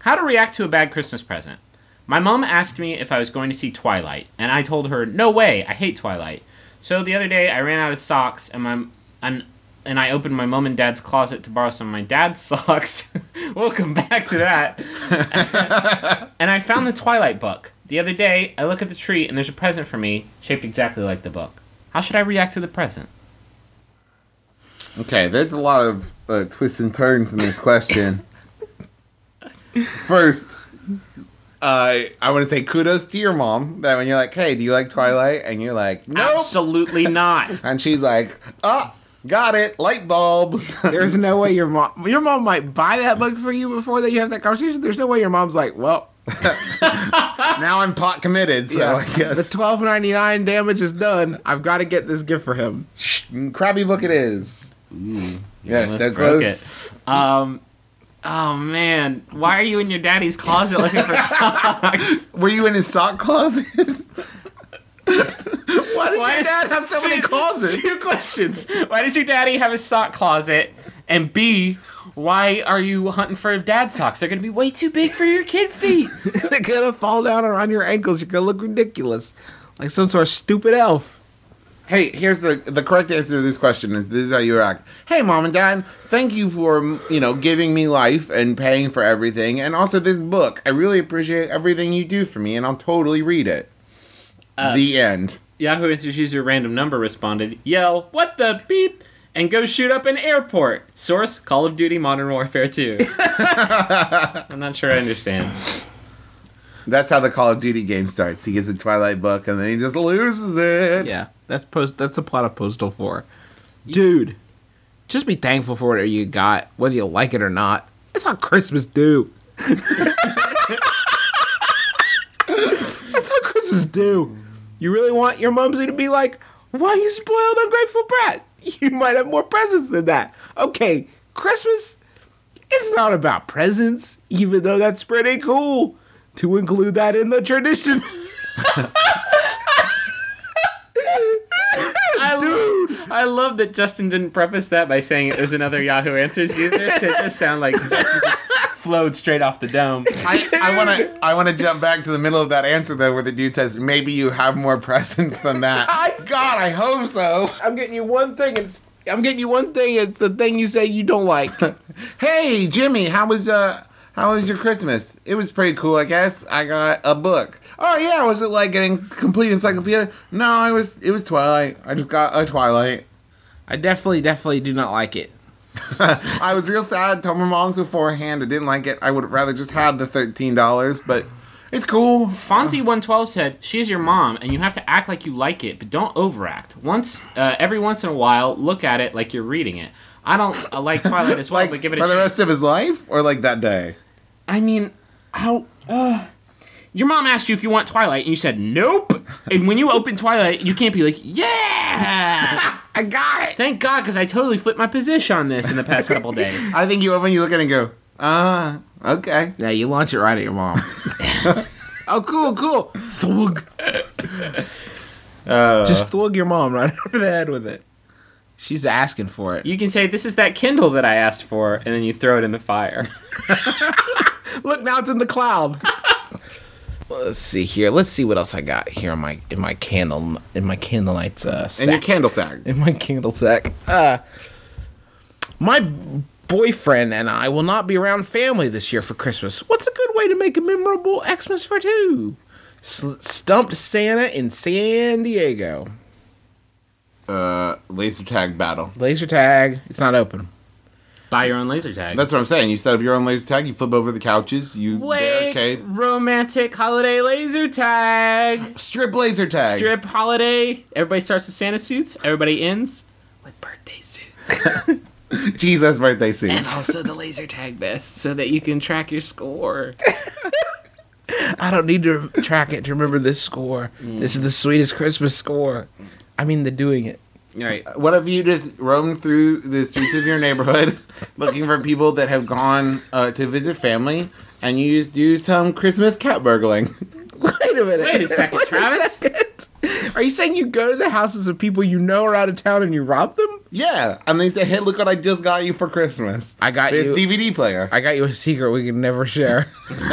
[SPEAKER 4] "How to react to a bad Christmas present? My mom asked me if I was going to see Twilight, and I told her, "No way, I hate Twilight." So the other day, I ran out of socks, and my and and I opened my mom and dad's closet to borrow some of my dad's socks. we'll come back to that. and I found the Twilight book. The other day, I look at the tree, and there's a present for me shaped exactly like the book. How should I react to the present?
[SPEAKER 3] Okay, there's a lot of uh, twists and turns in this question. First, uh, I want to say kudos to your mom that when you're like, "Hey, do you like Twilight?" and you're like, "Nope,"
[SPEAKER 4] Absolutely not.
[SPEAKER 3] and she's like, "Ah, got it, light bulb."
[SPEAKER 2] There's no way your mom your mom might buy that book for you before that you have that conversation. There's no way your mom's like, well,
[SPEAKER 3] now I'm pot committed, so
[SPEAKER 2] yeah,
[SPEAKER 3] I
[SPEAKER 2] the
[SPEAKER 3] guess
[SPEAKER 2] twelve ninety nine damage is done. I've got to get this gift for him.
[SPEAKER 3] crabby book it is. yes,
[SPEAKER 4] Almost
[SPEAKER 3] so
[SPEAKER 4] broke
[SPEAKER 3] close.
[SPEAKER 4] it. Um, oh man, why are you in your daddy's closet looking for socks?
[SPEAKER 3] Were you in his sock closet? Why did
[SPEAKER 4] Why
[SPEAKER 3] your
[SPEAKER 4] does-
[SPEAKER 3] dad have so many
[SPEAKER 4] two-
[SPEAKER 3] closets?
[SPEAKER 4] Two questions. Why does your daddy have a sock closet? And B, why are you hunting for dad socks? They're gonna be way too big for your kid feet.
[SPEAKER 2] They're gonna fall down around your ankles. You're gonna look ridiculous, like some sort of stupid elf.
[SPEAKER 3] Hey, here's the the correct answer to this question is this is how you react. Hey, mom and dad, thank you for mm, you know giving me life and paying for everything, and also this book. I really appreciate everything you do for me, and I'll totally read it. the end.
[SPEAKER 4] Yahoo Answers user random number responded, "Yell what the beep." And go shoot up an airport. Source: Call of Duty: Modern Warfare 2. I'm not sure I understand.
[SPEAKER 3] That's how the Call of Duty game starts. He gets a Twilight book, and then he just loses it.
[SPEAKER 2] Yeah, that's post. That's the plot of Postal Four. Dude, just be thankful for whatever you got, whether you like it or not. That's how Christmas do. that's how Christmas do. You really want your mumsy to be like, "Why you spoiled, ungrateful brat? You might have more presents than that." Okay, Christmas. It's not about presents, even though that's pretty cool to include that in the tradition.
[SPEAKER 4] I Dude, I love that Justin didn't preface that by saying it was another Yahoo Answers user. So it just sounded like Justin just flowed straight off the dome.
[SPEAKER 3] I, I wanna I wanna jump back to the middle of that answer though, where the dude says, "Maybe you have more presents than that."
[SPEAKER 2] I-
[SPEAKER 3] God, I hope so.
[SPEAKER 2] I'm getting you one thing. It's I'm getting you one thing. It's the thing you say you don't like.
[SPEAKER 3] Hey Jimmy, how was uh how was your Christmas? It was pretty cool, I guess. I got a book. Oh yeah, was it like an complete encyclopedia? No, it was it was Twilight. I just got a Twilight.
[SPEAKER 2] I definitely, definitely do not like it.
[SPEAKER 3] I was real sad. Told my moms beforehand I didn't like it. I would have rather just had the thirteen dollars, but it's cool.
[SPEAKER 4] Fonzie112 said, She's your mom, and you have to act like you like it, but don't overact. Once, uh, every once in a while, look at it like you're reading it. I don't uh, like Twilight as well,
[SPEAKER 3] Like
[SPEAKER 4] but give it a
[SPEAKER 3] for
[SPEAKER 4] chance.
[SPEAKER 3] the rest of his life, or like that day.
[SPEAKER 4] I mean, how. Uh, your mom asked you if you want Twilight, and you said nope. And when you open Twilight, you can't be like, yeah!
[SPEAKER 3] I got it.
[SPEAKER 4] Thank God, because I totally flipped my position on this in the past couple days.
[SPEAKER 3] I think you open, you look at it and go, ah, okay.
[SPEAKER 2] Yeah, you launch it right at your mom. oh, cool, cool. Thwug. Just thwug your mom right over the head with it. She's asking for it.
[SPEAKER 4] You can say, This is that Kindle that I asked for, and then you throw it in the fire.
[SPEAKER 2] Look, now it's in the cloud. Let's see here. Let's see what else I got here in my in my candle in my candlelight's uh,
[SPEAKER 3] And your candle sack.
[SPEAKER 2] in my candle sack. Uh, my boyfriend and I will not be around family this year for Christmas. What's a good way to make a memorable Xmas for two? S- stumped Santa in San Diego.
[SPEAKER 3] Uh, laser tag battle.
[SPEAKER 2] Laser tag. It's not open.
[SPEAKER 4] Buy your own laser tag.
[SPEAKER 3] That's what I'm saying. You set up your own laser tag. You flip over the couches. You
[SPEAKER 4] Wake,
[SPEAKER 3] barricade.
[SPEAKER 4] romantic holiday laser tag.
[SPEAKER 3] Strip laser tag.
[SPEAKER 4] Strip holiday. Everybody starts with Santa suits. Everybody ends with birthday suits.
[SPEAKER 3] Jesus birthday suit.
[SPEAKER 4] And also the laser tag vest so that you can track your score.
[SPEAKER 2] I don't need to track it to remember this score. This is the sweetest Christmas score. I mean, the doing it.
[SPEAKER 4] All right.
[SPEAKER 3] What if you just roam through the streets of your neighborhood looking for people that have gone uh, to visit family and you just do some Christmas cat burgling?
[SPEAKER 2] Wait a minute.
[SPEAKER 4] Wait a second, Travis.
[SPEAKER 2] second. Are you saying you go to the houses of people you know are out of town and you rob them?
[SPEAKER 3] Yeah, and they say, "Hey, look what I just got you for Christmas."
[SPEAKER 2] I got
[SPEAKER 3] this
[SPEAKER 2] you-
[SPEAKER 3] DVD player.
[SPEAKER 2] I got you a secret we can never share.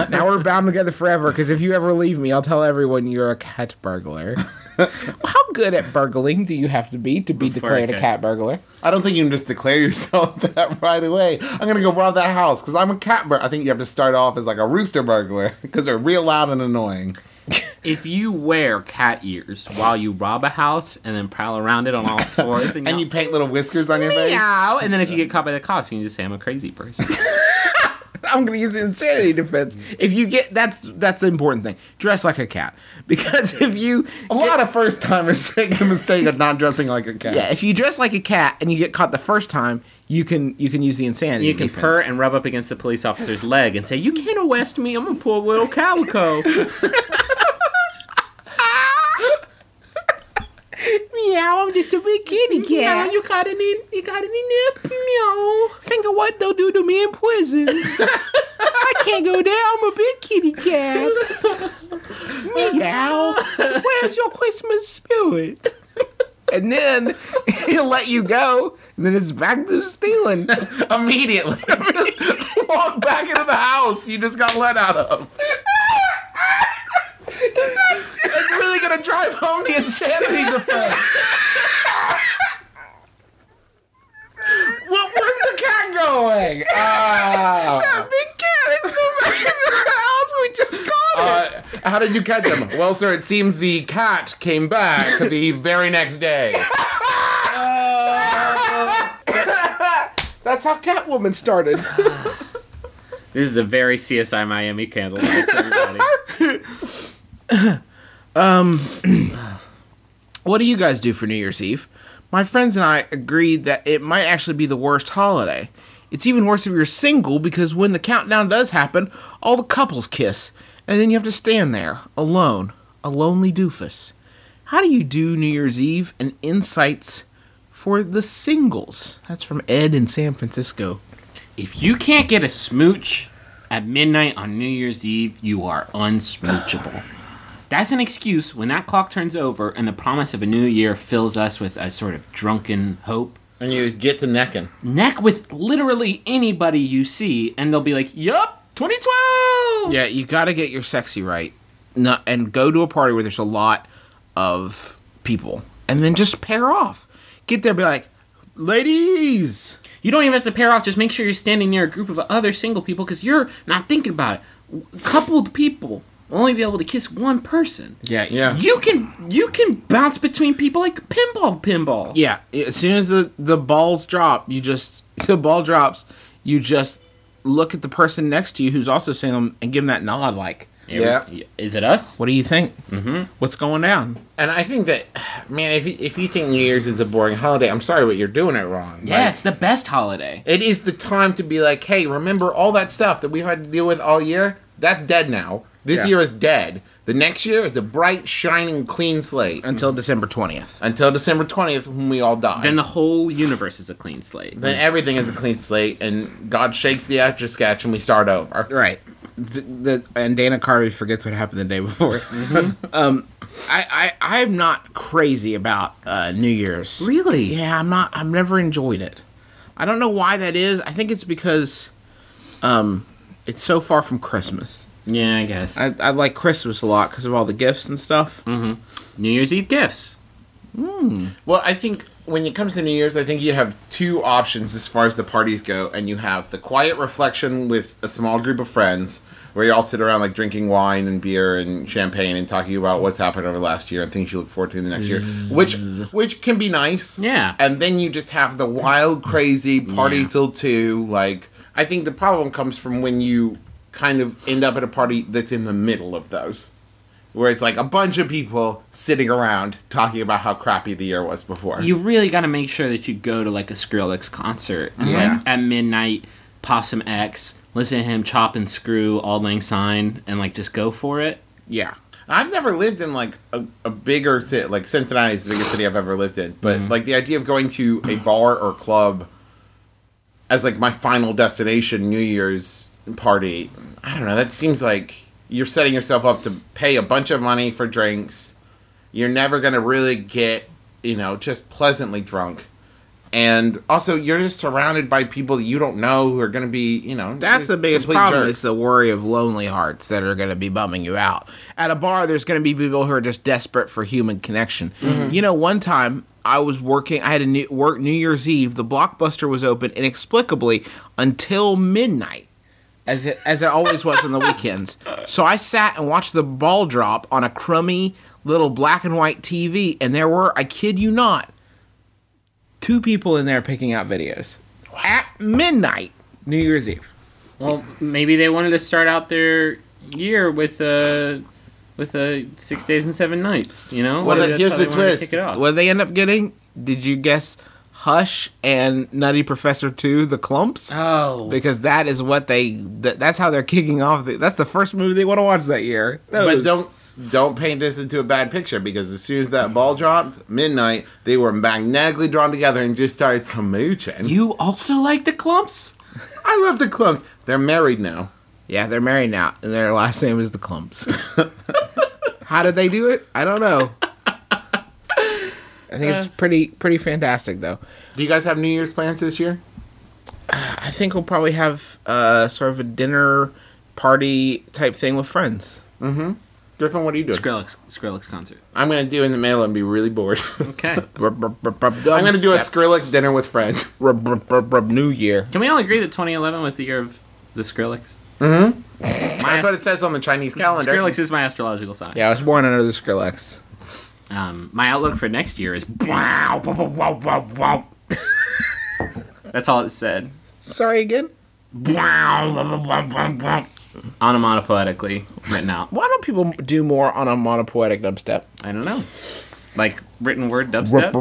[SPEAKER 2] now we're bound together forever because if you ever leave me, I'll tell everyone you're a cat burglar. How good at burgling do you have to be to be declared a
[SPEAKER 4] cat.
[SPEAKER 2] cat burglar?
[SPEAKER 3] I don't think you can just declare yourself that right away. I'm gonna go rob that house because I'm a cat burglar. I think you have to start off as like a rooster burglar because they're real loud and annoying.
[SPEAKER 4] If you wear cat ears while you rob a house and then prowl around it on all fours and,
[SPEAKER 3] And you
[SPEAKER 4] you
[SPEAKER 3] paint little whiskers on your face.
[SPEAKER 4] meow, and then if you get caught by the cops, you can just say I'm a crazy person.
[SPEAKER 2] I'm gonna use the insanity defense. If you get that's that's the important thing. Dress like a cat because if you
[SPEAKER 3] A lot of first timers make the mistake of not dressing like a cat.
[SPEAKER 2] yeah if you dress like a cat and you get caught the first time, you can you can use the insanity.
[SPEAKER 4] You can
[SPEAKER 2] defense.
[SPEAKER 4] purr and rub up against the police officer's leg and say, "You can't arrest me. I'm a poor little calico."
[SPEAKER 2] meow. I'm just a big kitty
[SPEAKER 4] Yeah,
[SPEAKER 2] cat.
[SPEAKER 4] you got any? You got any nip? Meow.
[SPEAKER 2] Think of what they'll do to me in prison. I can't go there. I'm a big kitty cat. Meow. Where's your Christmas spirit? And then he'll let you go, and then it's back to stealing.
[SPEAKER 3] Immediately, just walk back into the house you just got let out of. It's really gonna drive home the insanity defense. Well, where's the cat going? Ah.
[SPEAKER 2] big cat is going back into the house we just caught it.
[SPEAKER 3] Uh, how did you catch him? Well, sir, it seems the cat came back the very next day.
[SPEAKER 2] That's how Catwoman started.
[SPEAKER 4] This is a very CSI Miami candle. everybody.
[SPEAKER 2] what do you guys do for New Year's Eve? My friends and I agreed that it might actually be the worst holiday. It's even worse if you're single because when the countdown does happen, all the couples kiss, and then you have to stand there alone, a lonely doofus. How do you do New Year's Eve and insights for the singles? That's from Ed in San Francisco.
[SPEAKER 4] if you can't get a smooch at midnight on New Year's Eve, you are unsmoochable. That's an excuse when that clock turns over and the promise of a new year fills us with a sort of drunken hope.
[SPEAKER 3] And you get to necking.
[SPEAKER 4] Neck with literally anybody you see, and they'll be like, Yup, 2012!
[SPEAKER 2] Yeah, you got to get your sexy right, no, and go to a party where there's a lot of people, and then just pair off. Get there, be like, ladies.
[SPEAKER 4] You don't even have to pair off. Just make sure you're standing near a group of other single people because you're not thinking about it. W- Coupled people will only be able to kiss one person.
[SPEAKER 2] Yeah,
[SPEAKER 3] yeah.
[SPEAKER 4] You can you can bounce between people like pinball, pinball.
[SPEAKER 2] yeah. As soon as the the balls drop, you just the ball drops. You just look at the person next to you who's also single and give them that nod, like,
[SPEAKER 3] Yeah.
[SPEAKER 4] Is it us?
[SPEAKER 2] "What do you think? Mm-hmm. What's going down?"
[SPEAKER 3] And I think that, man, if you, if you think New Year's is a boring holiday, I'm sorry, but you're doing it wrong. Like,
[SPEAKER 4] Yeah, it's the best holiday.
[SPEAKER 3] it is the time to be like, hey, remember all that stuff that we've had to deal with all year? That's dead now. This
[SPEAKER 2] Yeah.
[SPEAKER 3] year is dead. The next year is a bright, shining, clean slate
[SPEAKER 2] Until December twentieth.
[SPEAKER 3] until December 20th when we all die.
[SPEAKER 4] Then the whole universe is a clean slate.
[SPEAKER 3] then everything is a clean slate and God shakes the actor sketch and we start over.
[SPEAKER 2] Right. The, the, and Dana Carvey forgets what happened the day before.
[SPEAKER 3] Mm-hmm.
[SPEAKER 2] um, I, I I'm not crazy about uh, New Year's.
[SPEAKER 4] Really?
[SPEAKER 2] Yeah, I'm not. I've never enjoyed it. I don't know why that is. I think it's because, um, it's so far from Christmas.
[SPEAKER 4] Yeah, I guess.
[SPEAKER 2] I, I like Christmas a lot because of all the gifts and stuff.
[SPEAKER 3] Mm.
[SPEAKER 4] New Year's Eve gifts.
[SPEAKER 3] Well, I think when it comes to New Year's, I think you have two options as far as the parties go, and you have the quiet reflection with a small group of friends where you all sit around like drinking wine and beer and champagne and talking about what's happened over the last year and things you look forward to in the next year, which which can be nice.
[SPEAKER 4] Yeah.
[SPEAKER 3] And then you just have the wild, crazy party till two. Like I think the problem comes from when you kind of end up at a party that's in the middle of those where it's like a bunch of people sitting around talking about how crappy the year was before.
[SPEAKER 4] You really got to make sure that you go to like a Skrillex concert and,
[SPEAKER 3] Yeah.
[SPEAKER 4] like at midnight, pop some X, listen to him chop and screw all lang syne, and like just go for it.
[SPEAKER 2] Yeah.
[SPEAKER 3] I've never lived in like a, a bigger city. Like Cincinnati is the biggest city I've ever lived in, but
[SPEAKER 2] Mm-hmm.
[SPEAKER 3] like the idea of going to a bar or club as like my final destination New Year's party, I don't know. That seems like you're setting yourself up to pay a bunch of money for drinks You're never going to really get, you know, just pleasantly drunk. And also, you're just surrounded by people you don't know who are going to be, you know,
[SPEAKER 2] That's the biggest
[SPEAKER 3] complete
[SPEAKER 2] problem.
[SPEAKER 3] jerks.
[SPEAKER 2] It's the worry of lonely hearts that are going to be bumming you out. At a bar, there's going to be people who are just desperate for human connection.
[SPEAKER 3] Mm-hmm.
[SPEAKER 2] You know, one time I was working. I had to new, work New Year's Eve. The blockbuster was open inexplicably until midnight. As it, as it always was on the weekends. So I sat and watched the ball drop on a crummy little black and white TV, and there were, I kid you not, two people in there picking out videos at midnight, New Year's Eve.
[SPEAKER 4] Well, maybe they wanted to start out their year with a with a six days and seven nights. You know,
[SPEAKER 3] Well,
[SPEAKER 4] Maybe
[SPEAKER 3] then
[SPEAKER 4] that's
[SPEAKER 3] here's
[SPEAKER 4] how
[SPEAKER 3] the
[SPEAKER 4] they wanted to
[SPEAKER 3] twist.
[SPEAKER 4] kick it off.
[SPEAKER 2] What did they end up getting? Did you guess Hush and Nutty Professor 2 The Clumps?
[SPEAKER 4] Oh,
[SPEAKER 2] Because that is what they that, that's how they're kicking off. The, that's the first movie they want to watch that year.
[SPEAKER 3] But
[SPEAKER 2] Those.
[SPEAKER 3] don't don't paint this into a bad picture because as soon as that ball dropped, midnight, they were magnetically drawn together and just started smooching.
[SPEAKER 4] you also like the clumps?
[SPEAKER 3] I love the clumps. They're married now.
[SPEAKER 2] Yeah, they're married now and their last name is The Clumps. how did they do it? I don't know. I think it's pretty pretty fantastic though.
[SPEAKER 3] Do you guys have New Year's plans this year?
[SPEAKER 2] I think we'll probably have uh, sort of a dinner party type thing with friends.
[SPEAKER 3] Griffin, what are you doing?
[SPEAKER 4] Skrillex, Skrillex concert.
[SPEAKER 3] I'm gonna do in the mail and be really bored.
[SPEAKER 4] Okay.
[SPEAKER 3] I'm
[SPEAKER 2] I'm
[SPEAKER 3] gonna do a Skrillex dinner with friends.
[SPEAKER 2] New Year.
[SPEAKER 4] Can we all agree that 2011 was the year of the Skrillex?
[SPEAKER 3] That's what it says on the Chinese calendar.
[SPEAKER 4] Skrillex is my astrological sign.
[SPEAKER 2] Yeah, I was born under the Skrillex.
[SPEAKER 4] Um, my outlook for next year is
[SPEAKER 2] Wow, wow, wow, wow, wow.
[SPEAKER 4] that's all it said.
[SPEAKER 2] Sorry again. Wow, wow, wow, wow, wow.
[SPEAKER 4] Onomatopoetically written out.
[SPEAKER 2] Why don't people do more on a monopoetic dubstep?
[SPEAKER 4] I don't know. Like written word dubstep.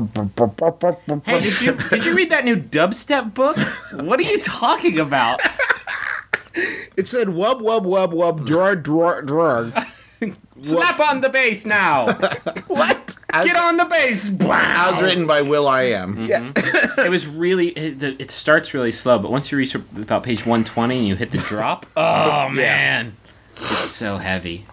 [SPEAKER 4] Hey, did you did you read that new dubstep book? What are you talking about?
[SPEAKER 2] It said wub wub wub wub drawer drawer drawer.
[SPEAKER 4] Slap on the bass now.
[SPEAKER 2] what?
[SPEAKER 4] Get on the bass.
[SPEAKER 3] I was written by Will I
[SPEAKER 4] Mm-hmm.
[SPEAKER 3] Am.
[SPEAKER 4] It was really. It, the- it starts really slow, but once you reach about page 120 and you hit the drop, oh man, it's so heavy.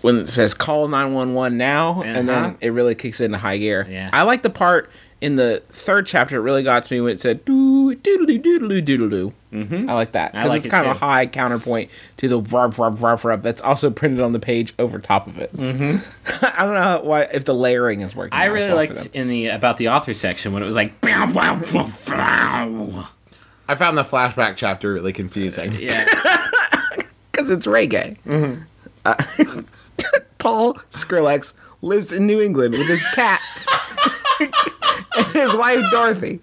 [SPEAKER 2] when it says call 911 now and
[SPEAKER 4] Uh-huh.
[SPEAKER 2] then it really kicks into high gear.
[SPEAKER 4] Yeah.
[SPEAKER 2] I like the part in the third chapter it really got to me when it said doo doodly doodly doodly. Mm-hmm. I like that
[SPEAKER 4] I
[SPEAKER 2] because
[SPEAKER 4] like
[SPEAKER 2] it's
[SPEAKER 4] it
[SPEAKER 2] kind of
[SPEAKER 4] too.
[SPEAKER 2] a high counterpoint to the rub rub rub rub that's also printed on the page over top of it. Mm-hmm. I don't know how, why if the layering is working.
[SPEAKER 4] I
[SPEAKER 2] out as
[SPEAKER 4] really
[SPEAKER 2] well for
[SPEAKER 4] liked
[SPEAKER 2] them.
[SPEAKER 4] in the about the author section when it was like, bow, bow, bow, bow.
[SPEAKER 3] I found the flashback chapter really confusing.
[SPEAKER 4] yeah,
[SPEAKER 2] because it's reggae. Uh, Paul Skrillex lives in New England with his cat and his wife Dorothy.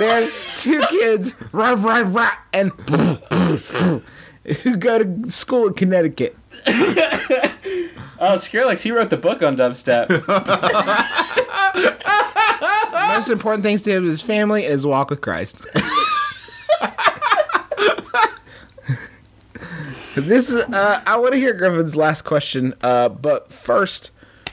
[SPEAKER 2] They have two kids, rah, rah, rah, and who go to school in Connecticut.
[SPEAKER 4] oh Skrillex, he wrote the book on dubstep.
[SPEAKER 2] Most important things to him is his family and his walk with Christ. this is uh, I want to hear Griffin's last question, uh, but first,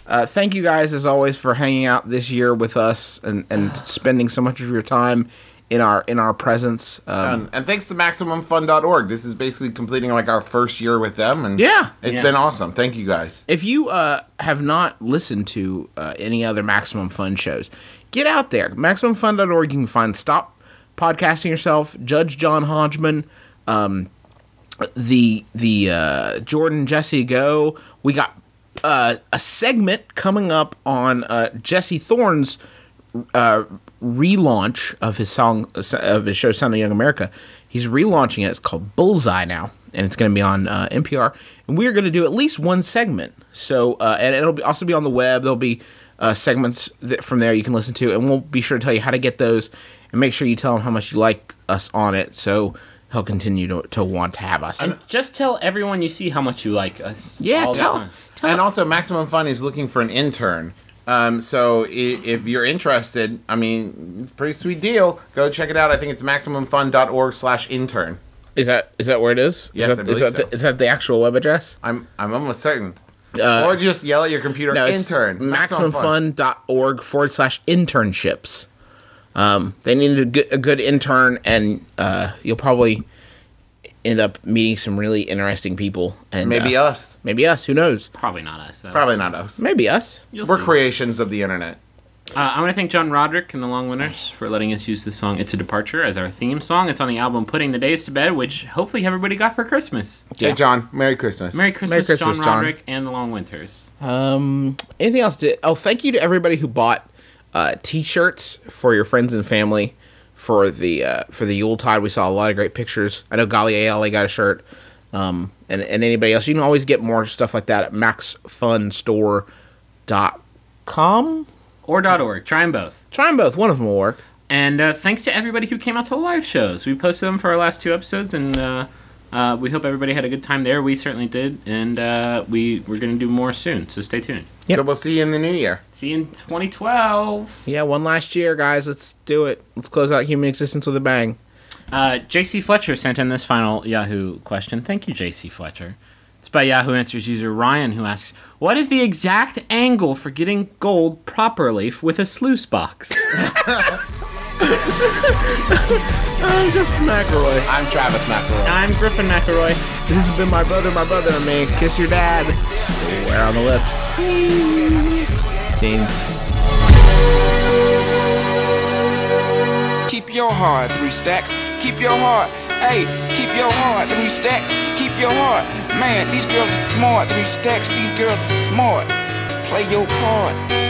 [SPEAKER 2] uh, thank you guys as always for hanging out this year with us and, and spending so much of your time in our in our presence. Um,
[SPEAKER 3] Um, and thanks to MaximumFun.org. This is basically completing like our first year with them, and
[SPEAKER 2] Yeah.
[SPEAKER 3] it's
[SPEAKER 4] Yeah.
[SPEAKER 3] been awesome. Thank you guys.
[SPEAKER 2] If you uh, have not listened to uh, any other Maximum Fun shows, get out there. MaximumFun.org. You can find Stop Podcasting Yourself, Judge John Hodgman, um, the the uh, Jordan Jesse Go. We got uh, a segment coming up on uh, Jesse Thorne's uh, relaunch of his song of his show Sound of Young America. He's relaunching it. It's called Bullseye now, and it's going to be on uh, NPR. And we are going to do at least one segment. So, uh, and it'll be also be on the web. There'll be uh, segments that from there you can listen to, and we'll be sure to tell you how to get those, and make sure you tell him how much you like us on it, so he'll continue to, to want to have us.
[SPEAKER 4] Just tell everyone you see how much you like us.
[SPEAKER 2] yeah,
[SPEAKER 4] all the
[SPEAKER 2] tell,
[SPEAKER 4] time.
[SPEAKER 2] tell.
[SPEAKER 3] And also, Maximum Fun is looking for an intern. Um, so i- if you're interested, I mean, it's a pretty sweet deal. Go check it out. I think it's maximumfun.org slash intern.
[SPEAKER 2] Is that is that where it is?
[SPEAKER 3] Yes,
[SPEAKER 2] is
[SPEAKER 3] I
[SPEAKER 2] that,
[SPEAKER 3] believe
[SPEAKER 2] is that
[SPEAKER 3] so.
[SPEAKER 2] the, is that the actual web address?
[SPEAKER 3] I'm I'm almost certain. or just yell at your computer,
[SPEAKER 2] Uh, No, it's
[SPEAKER 3] intern. Maximum Fun.
[SPEAKER 2] MaximumFun.org forward slash internships. Um, they needed a good, a good intern, and uh, you'll probably end up meeting some really interesting people. And
[SPEAKER 3] Maybe
[SPEAKER 2] uh,
[SPEAKER 3] us.
[SPEAKER 2] maybe us. Who knows?
[SPEAKER 4] Probably not us. Though.
[SPEAKER 3] Probably not us.
[SPEAKER 2] Maybe us.
[SPEAKER 4] You'll
[SPEAKER 3] We're
[SPEAKER 4] see.
[SPEAKER 3] creations of the internet.
[SPEAKER 4] Uh, I want to thank John Roderick and the Long Winters for letting us use the song "It's a Departure" as our theme song. It's on the album "Putting the Days to Bed," which hopefully everybody got for Christmas.
[SPEAKER 2] Yeah.
[SPEAKER 3] Hey, John, Merry Christmas.
[SPEAKER 4] Merry Christmas,
[SPEAKER 2] Christmas,
[SPEAKER 4] John
[SPEAKER 2] John.
[SPEAKER 4] Roderick and the Long Winters.
[SPEAKER 2] Um, anything else? To, oh, thank you to everybody who bought uh, t-shirts for your friends and family for the uh, for the Yuletide. We saw a lot of great pictures. I know Golly Ale got a shirt, um, and and anybody else. You can always get more stuff like that at maxfunstore.com.
[SPEAKER 4] Or .org. Try them both.
[SPEAKER 2] Try them both. One of them will work.
[SPEAKER 4] And uh, thanks to everybody who came out to the live shows. We posted them for our last two episodes, and uh, uh, we hope everybody had a good time there. We certainly did, and uh, we we're gonna do more soon. So stay tuned.
[SPEAKER 3] So we'll see you in the new year.
[SPEAKER 4] See you in 2012.
[SPEAKER 2] Yeah, one last year, guys. Let's do it. Let's close out human existence with a bang.
[SPEAKER 4] Uh, JC Fletcher sent in this final Yahoo question. Thank you, JC Fletcher. It's by Yahoo Answers user Ryan who asks, "What is the exact angle for getting gold properly f- with a sluice box?"
[SPEAKER 3] I'm Travis McElroy.
[SPEAKER 4] I'm Griffin McElroy.
[SPEAKER 2] This has been my brother, my brother, and me. Kiss your dad. Wear on the lips. Teens.
[SPEAKER 1] Keep your heart, three stacks. Keep your heart. Hey, keep your heart, three stacks. Keep your heart. Man, these girls are smart, three stacks. These girls are smart. Play your part.